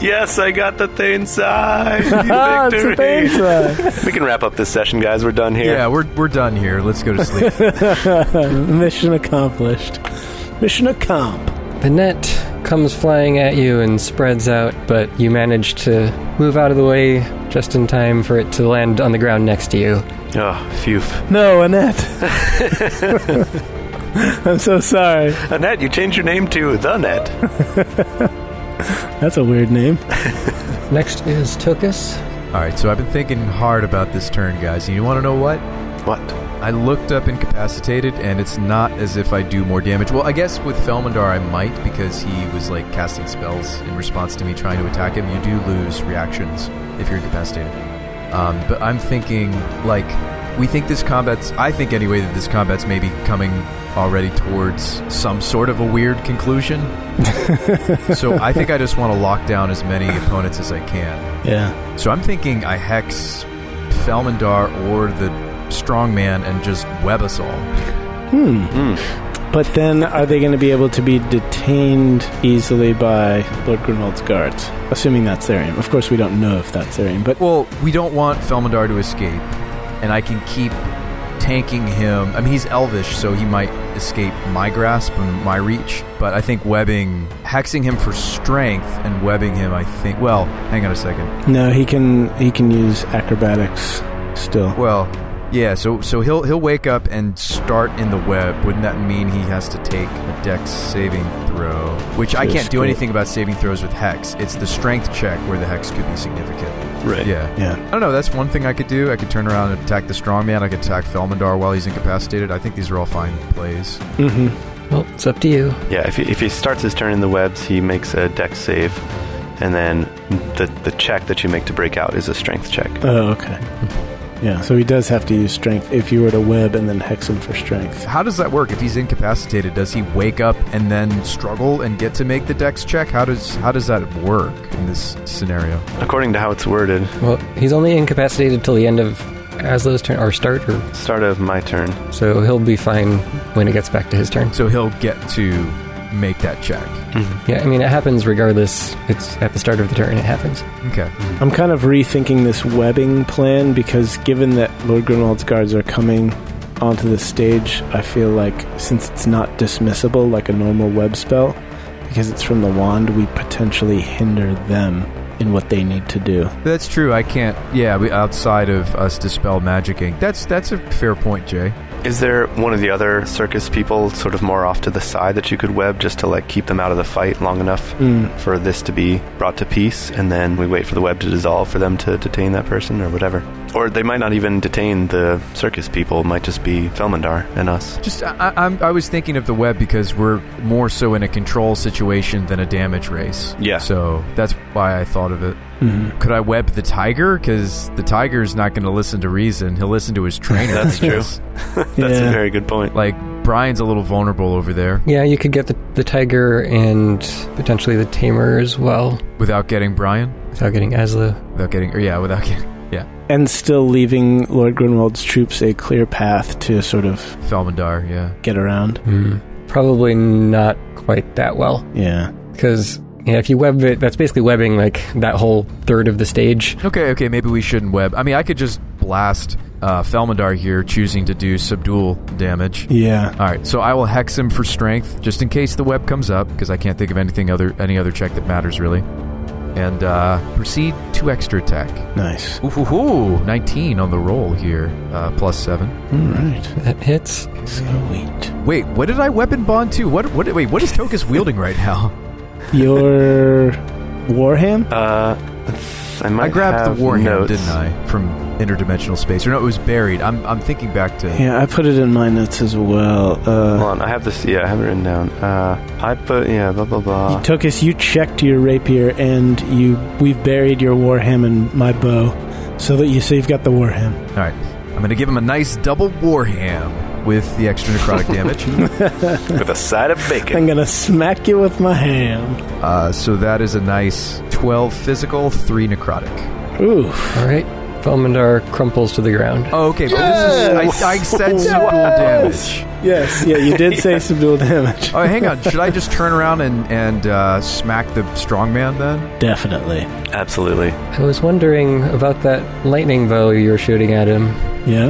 yes, I got the thing side.
Ah, it's a
Victory.
pain slide.
We can wrap up this session, guys. We're done here.
Yeah, we're, we're done here. Let's go to sleep.
Mission accomplished. Mission accomplished.
The net comes flying at you and spreads out, but you manage to move out of the way just in time for it to land on the ground next to you.
Oh, phew.
No, Annette. I'm so sorry.
Annette, you changed your name to The Net.
That's a weird name.
Next is Tokus.
All right, so I've been thinking hard about this turn, guys. And you want to know what?
What?
I looked up incapacitated, and it's not as if I do more damage. Well, I guess with Felmandar I might because he was like casting spells in response to me trying to attack him. You do lose reactions if you're incapacitated. Um, but I'm thinking like we think this combat's. I think anyway that this combat's maybe coming already towards some sort of a weird conclusion. so I think I just want to lock down as many opponents as I can.
Yeah.
So I'm thinking I hex Felmandar or the strongman and just web us all.
But then, are they going to be able to be detained easily by Lord Grimwald's guards? Assuming that's their aim. Of course, we don't know if that's their aim, but
Well, we don't want Felmandar to escape, and I can keep tanking him. I mean, he's elvish, so he might escape my grasp and my reach, but I think webbing, hexing him for strength and webbing him, I think, well, hang on a second.
no, he can he can use acrobatics still.
Well, yeah. So so he'll he'll wake up and start in the web. Wouldn't that mean he has to take a Dex saving throw? Which I
So
can't do
screw-
anything about saving throws with Hex. It's the Strength check where the Hex could be significant.
Right.
Yeah.
Yeah.
I don't know. That's one thing I could do. I could turn around and attack the strongman. I could attack Felmandar while he's incapacitated. I think these are all fine plays.
Mm-hmm.
Well, it's up to you.
Yeah, if he, if he starts his turn in the webs, he makes a dex save, and then the, the check that you make to break out is a strength check.
Oh, okay. Yeah. So he does have to use strength if you were to web and then hex him for strength.
How does that work? If he's incapacitated, does he wake up and then struggle and get to make the Dex check? How does how does that work in this scenario?
According to how it's worded,
Well, he's only incapacitated till the end of Asla's turn, or start, or,
Start of my turn.
so he'll be fine when it gets back to his turn.
So he'll get to make that check.
Yeah, I mean, it happens regardless. It's at the start of the turn, it happens.
Okay.
I'm kind of rethinking this webbing plan because given that Lord Grimwald's guards are coming onto the stage, I feel like since it's not dismissible like a normal web spell, because it's from the wand, we potentially hinder them in what they need to do.
That's true. I can't. Yeah, we, outside of us dispel magicking. That's that's a fair point, Jay.
Is there one of the other circus people sort of more off to the side that you could web just to like keep them out of the fight long enough for this to be brought to peace and then we wait for the web to dissolve for them to detain that person or whatever? Or they might not even detain the circus people, it might just be Felmandar and us.
Just I, I- I'm, I was thinking of the web because we're more so in a control situation than a damage race.
Yeah.
So that's why I thought of it.
Mm-hmm.
Could I web the tiger? Because the tiger's not going to listen to reason. He'll listen to his trainer.
That's true. That's
Yeah.
a very good point.
Like Brian's a little vulnerable over there
Yeah, you could get the, the tiger and potentially the tamer as well
without getting Brian,
without getting Asla.
without getting or yeah, without getting
And still leaving Lord Grimwald's troops a clear path to sort of
Felmandar. Yeah.
get around.
Hmm. Probably not quite that well.
Yeah.
Because yeah, if you web it, that's basically webbing like that whole third of the stage.
Okay, okay, maybe we shouldn't web. I mean, I could just blast uh, Felmandar here, choosing to do subdual damage.
Yeah.
All right, so I will hex him for strength, just in case the web comes up, because I can't think of anything other any other check that matters really. And uh, proceed to extra attack.
Nice.
Ooh, hoo, hoo, 19 on the roll here, uh, plus seven.
All right.
That hits.
Sweet.
Wait, what did I weapon bond to? What? What? Wait, what is Tokus wielding right now?
Your Warham?
Uh, I might
I grabbed
have
the warhammer,
notes.
didn't I, from interdimensional space? Or no, it was buried. I'm I'm thinking back to.
Yeah, I put it in my notes as well. Uh,
Hold on, I have this. Yeah, I have it written down. Uh, I put yeah, blah blah blah.
Tokus, you checked your rapier and you we've buried your warham in my bow, so that you so you've got the warham.
All right, I'm gonna give him a nice double warham with the extra necrotic damage.
With a side of
I'm
bacon.
gonna smack you with my ham.
Uh, so that is a nice 12 physical, 3 necrotic.
Oof!
All right. Felmandar crumples to the ground.
Oh, okay, but this is. I, I said subdual damage.
Yes, yeah, you did say subdual damage.
Oh, hang on. Should I just turn around and, and uh, smack the strongman then?
Definitely.
Absolutely.
I was wondering about that lightning bow you were shooting at him
Yeah.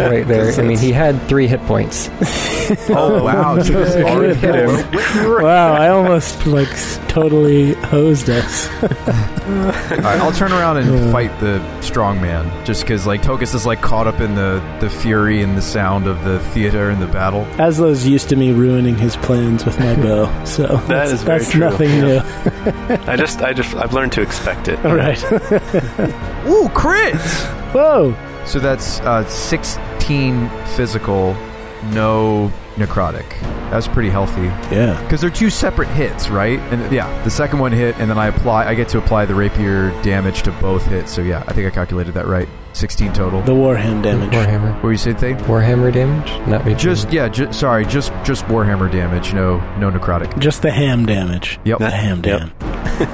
right there. I mean, he had three hit points.
Oh, wow. So this is already
Hit Wow, I almost like s- totally hosed us.
All right, I'll turn around and fight the strongman. Just because, like, Tokus is, like, caught up in the, the fury and the sound of the theater and the battle.
Aslo's used to me ruining his plans with my bow, so that's,
is very
that's
true.
nothing new.
I just, I just, I've learned to expect it.
All right.
Ooh, crit!
Whoa.
so that's uh, 16 physical, no necrotic. That's pretty healthy.
Yeah.
Because they're two separate hits, right? And yeah, the second one hit, and then I apply. I get to apply the rapier damage to both hits. So yeah, I think I calculated that right. Sixteen total.
The warham damage.
what
Warhammer.
were you saying, Thane?
Warhammer damage? Not me.
Just yeah, ju- sorry, just just warhammer damage. No, no necrotic.
Just the ham damage.
Yep.
The ham
Yep.
damage.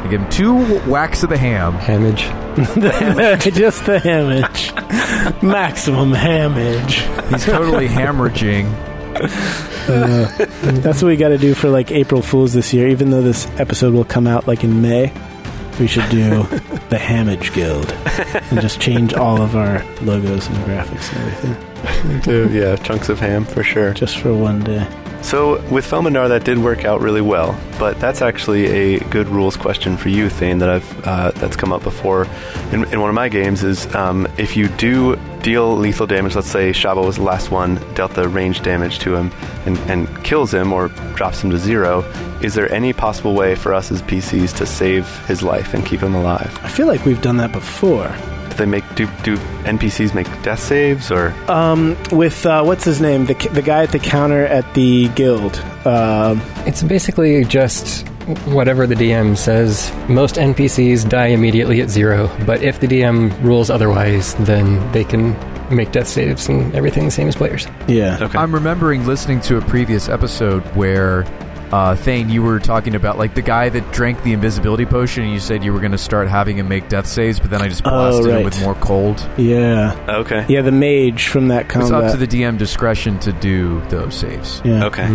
I give him two whacks of the ham.
Damage.
Just the hamage. Maximum hamage.
He's totally hemorrhaging.
That's what we got to do for like April Fools this year. Even though this episode will come out like in May, we should do the Hamage Guild and just change all of our logos and graphics and everything
yeah, chunks of ham for sure.
just for one day.
So with Felmandar, that did work out really well, but that's actually a good rules question for you, Thane, that I've uh, that's come up before in, in one of my games. Is um, if you do deal lethal damage, let's say Shaba was the last one, dealt the range damage to him, and, and kills him or drops him to zero. Is there any possible way for us as PCs to save his life and keep him alive?
I feel like we've done that before.
Do they make do do NPCs make death saves or
Um, with uh, what's his name, the, the guy at the counter at the guild. Um,
It's basically just whatever the DM says. Most NPCs die immediately at zero, but if the DM rules otherwise, then they can make death saves and everything the same as players.
yeah.
okay?
I'm remembering listening to a previous episode where uh, Thane, you were talking about like the guy that drank the invisibility potion. and You said you were going to start having him make death saves, but then I just
Oh,
blasted him
right.
with more cold.
Yeah.
Okay.
Yeah, the mage from that
It's
combat.
up to the DM discretion to do those saves.
yeah.
Okay.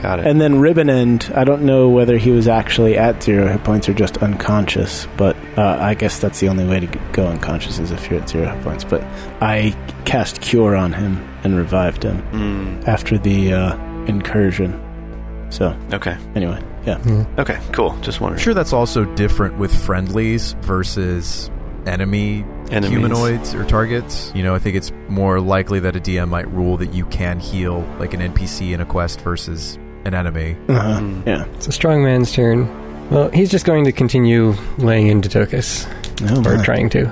Got it.
And then Ribbon End, I don't know whether he was actually at zero hit points or just unconscious, but uh, I guess that's the only way to g- go unconscious is if you're at zero hit points. But I cast Cure on him and revived him
Mm,
after the uh, incursion. So,
okay.
anyway, yeah.
Okay. Cool. Just
I'm
wondering.
sure that's also different with friendlies versus enemy
Enemies.
humanoids or targets. You know, I think it's more likely that a DM might rule that you can heal like an NPC in a quest versus an enemy.
Uh-huh.
Mm.
Yeah.
It's a strong man's turn. Well, he's just going to continue laying into Tokus,
Oh,
or
my.
trying to.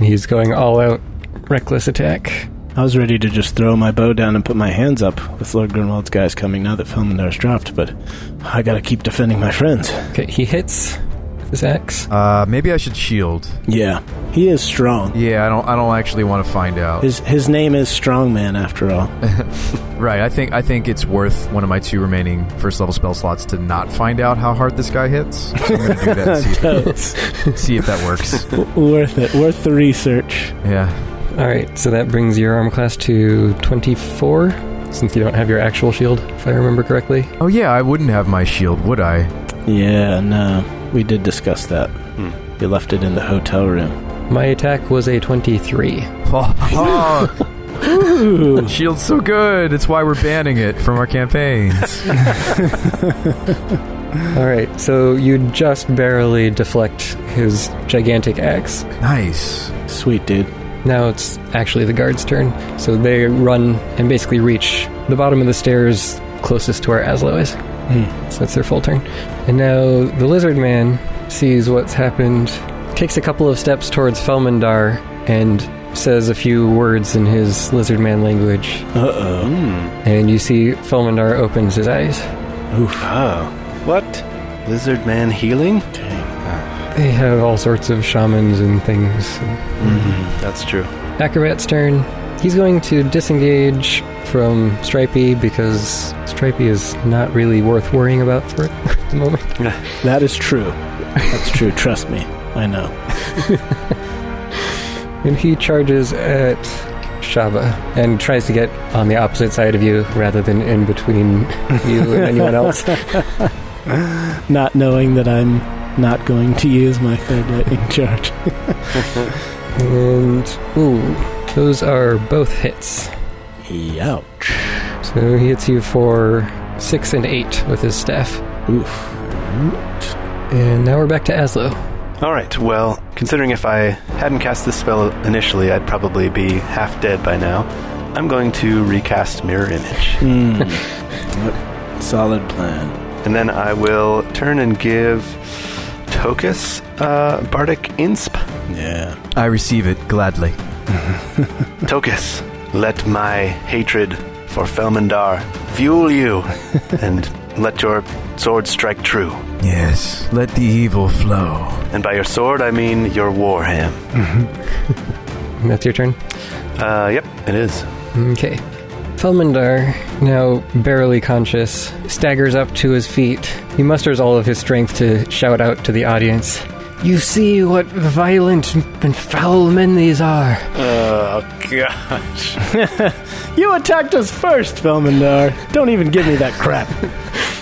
He's going all out, reckless attack.
I was ready to just throw my bow down and put my hands up with Lord Grinwald's guys coming now that Felmindar's dropped, but I gotta keep defending my friends.
Okay, he hits with his axe.
Uh, maybe I should shield.
Yeah. He is strong.
Yeah, I don't. I don't actually want to find out.
His, his name is Strongman, after all.
Right, I think I think it's worth one of my two remaining first level spell slots to not find out how hard this guy hits. So I'm gonna do that and see if,
Totes.
see if that works.
worth it. Worth the research.
Yeah.
All right, so that brings your arm class to 24, since you don't have your actual shield, if I remember correctly.
Oh yeah, I wouldn't have my shield, would I?
Yeah, no. We did discuss that.
Hmm.
You left it in the hotel room.
My attack was a 23.
Oh,
Ooh.
shield's so good. It's why we're banning it from our campaigns.
All right, so you just barely deflect his gigantic axe.
Nice.
Sweet, dude.
Now it's actually the guard's turn. So they run and basically reach the bottom of the stairs closest to where Aslo is. So that's their full turn. And now the lizard man sees what's happened, takes a couple of steps towards Felmandar, and says a few words in his lizard man language.
Uh-oh.
Mm.
And you see Felmandar opens his eyes.
Oof.
Oh. What? Lizard man healing?
Dang.
They have all sorts of shamans and things.
That's true.
Acrobat's turn. He's going to disengage from Stripey because Stripey is not really worth worrying about for at the moment.
That is true. That's true. Trust me. I know.
And he charges at Shaba and tries to get on the opposite side of you rather than in between you and anyone else.
Not knowing that I'm not going to use my third lightning charge.
And ooh, those are both hits.
Ouch.
So he hits you for six and eight with his staff.
Oof.
And now we're back to Aslo.
All right. Well, considering if I hadn't cast this spell initially, I'd probably be half dead by now. I'm going to recast Mirror Image.
Hmm. Yep. Solid plan.
And then I will turn and give Tokus uh, Bardic Insp.
Yeah.
I receive it gladly.
Tokus, let my hatred for Felmandar fuel you, and let your sword strike true.
Yes. Let the evil flow.
And by your sword, I mean your warham.
And that's your turn.
Uh, yep, it is.
Okay. Felmandar, now barely conscious, staggers up to his feet. He musters all of his strength to shout out to the audience. You see what violent and foul men these are.
Oh gosh!
You attacked us first, Felmandar. Don't even give me that crap.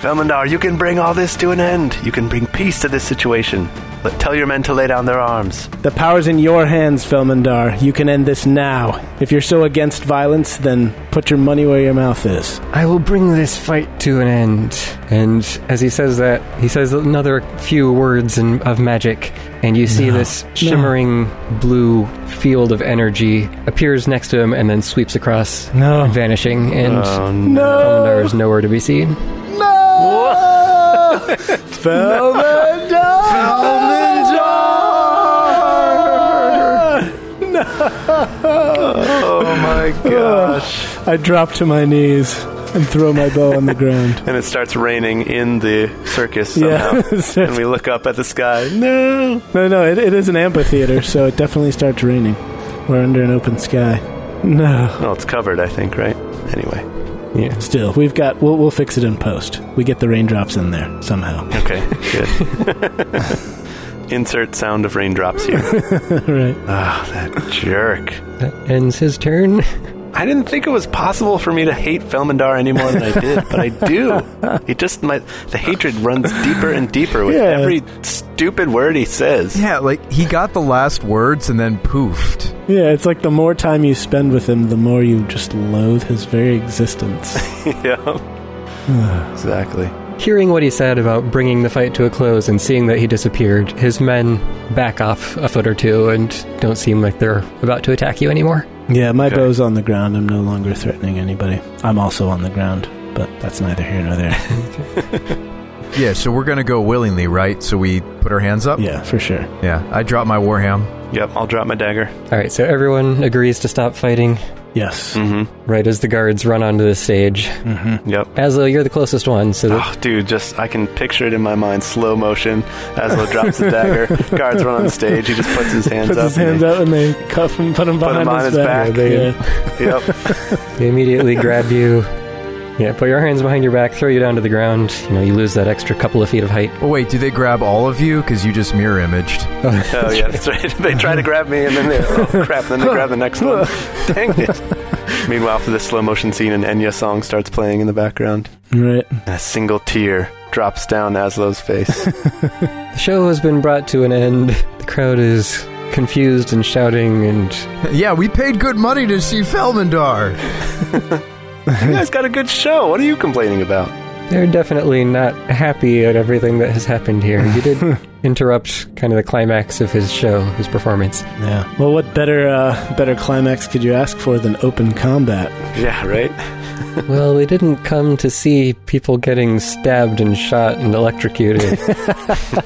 Felmandar, you can bring all this to an end. You can bring peace to this situation. But tell your men to lay down their arms.
The power's in your hands, Felmandar. You can end this now. If you're so against violence, then put your money where your mouth is.
I will bring this fight to an end. And as he says that, he says another few words in, of magic, and you see
No.
this shimmering blue field of energy appears next to him and then sweeps across,
No.
vanishing, and
No.
Felmandar is nowhere to be seen.
No! Felmandar!
Oh my gosh!
I drop to my knees and throw my bow on the ground.
and it starts raining in the circus somehow.
Yeah.
and we look up at the sky. No.
no, no, it, it is an amphitheater, so it definitely starts raining. We're under an open sky. No.
Well, it's covered, I think, right? Anyway.
Yeah.
Still, we've got. We'll, we'll fix it in post. We get the raindrops in there somehow.
Okay, good. Insert sound of raindrops here.
right.
Ah, that jerk.
That ends his turn.
I didn't think it was possible for me to hate Felmandar any more than I did, but I do. He just my the hatred runs deeper and deeper with
Yeah.
every stupid word he says.
Yeah, like he got the last words and then poofed.
Yeah, it's like the more time you spend with him, the more you just loathe his very existence.
yeah. exactly.
Hearing what he said about bringing the fight to a close and seeing that he disappeared, his men back off a foot or two and don't seem like they're about to attack you anymore.
yeah, my
Okay.
bow's on the ground. I'm no longer threatening anybody. I'm also on the ground, but that's neither here nor there.
Yeah, so we're gonna go willingly, right? So we put our hands
Oh.
up.
yeah, for sure.
yeah. I drop my warham.
Yep, I'll drop my dagger.
All right, so everyone agrees to stop fighting
Yes.
Mm-hmm.
right as the guards run onto the stage.
Mm-hmm.
Yep.
Aslo, you're the closest one, so
Oh, dude, just I can picture it in my mind, slow motion. Aslo drops the dagger. Guards run on stage. He just puts his hands
Puts
up.
his hands
and
up and they cuff him, put him
Put
behind
him on
his,
his
back.
back.
Yeah.
they- Yep.
they immediately grab you. Yeah, put your hands behind your back, throw you down to the ground. You know, you lose that extra couple of feet of height.
Oh wait, do they grab all of you? Because you just mirror imaged.
Oh yeah, that's right. they try to grab me, and then they oh crap. Then they grab the next one. Dang it! Meanwhile, for this slow motion scene, an Enya song starts playing in the background,
Right.
and a single tear drops down Aslo's face.
The show has been brought to an end. The crowd is confused and shouting and
yeah, we paid good money to see Felmandar.
you guys got a good show. What are you complaining about?
They're definitely not happy at everything that has happened here. You did interrupt kind of the climax of his show, his performance.
Yeah. Well, what better uh, better climax could you ask for than open combat?
Yeah, right.
well, they didn't come to see people getting stabbed and shot and electrocuted.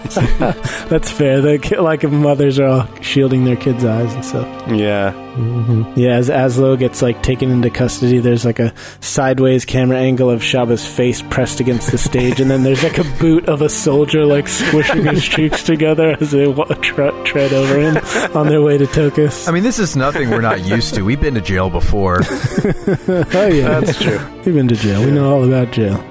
That's fair. The ki- like mothers are all shielding their kids' eyes and stuff.
Yeah,
hmm
Yeah, as Aslo gets like taken into custody, there's like a sideways camera angle of Shaba's face pressed against the stage, and then there's like a boot of a soldier like squishing his cheeks together as they wa- tre- tread over him on their way to Tokus.
I mean, this is nothing we're not used to. We've been to jail before.
oh yeah,
that's true.
we've been to jail. We know all about jail.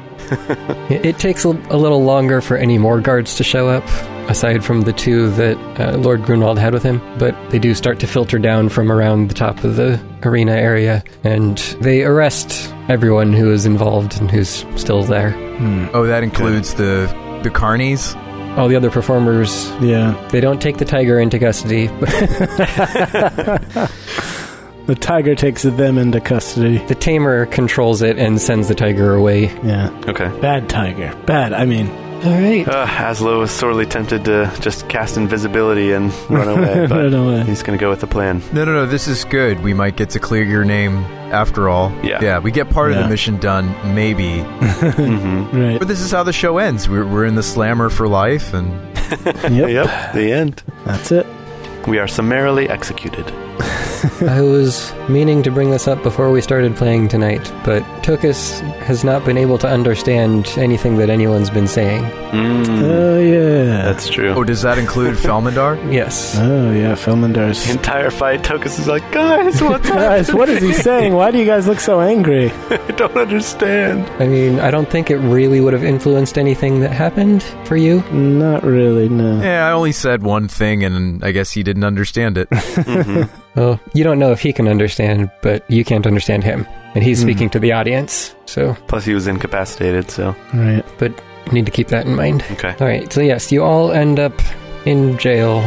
It, it takes a, a little longer for any more guards to show up, aside from the two that uh, Lord Grunwald had with him, but they do start to filter down from around the top of the arena area, and they arrest everyone who is involved and who's still there.
Hmm.
Oh, that includes the the carnies.
All the other performers
Yeah,
They don't take the tiger into custody, but
the tiger takes them into custody.
the tamer controls it and sends the tiger away.
Yeah,
Okay.
bad tiger, bad. I mean,
All right.
Uh, Aslo is sorely tempted to just cast invisibility and run away,
run
but
away.
he's gonna go with the plan.
No, no, no. This is good. We might get to clear your name after all.
Yeah.
Yeah. We get part of
Yeah.
the mission done, maybe.
Mm-hmm.
Right.
But this is how the show ends. We're, we're in the slammer for life, and
Yep.
Yep. The end.
That's it.
We are summarily executed.
I was meaning to bring this up before we started playing tonight, but Tokus has not been able to understand anything that anyone's been saying.
Mm,
Oh yeah.
that's true.
oh, does that include Felmandar?
Yes.
Oh yeah, Felmandar's.
The entire fight, Tokus is like, guys, what's
Guys, what is he saying? Why do you guys look so angry?
I don't understand.
I mean, I don't think it really would have influenced anything that happened for you.
Not really, no.
yeah, I only said one thing, and I guess he didn't understand it.
Mm-hmm.
Well, you don't know if he can understand, but you can't understand him. And he's
Hmm.
speaking to the audience, so
Plus, he was incapacitated, so
Right.
need to keep that in mind.
okay.
All right, so yes, you all end up in jail.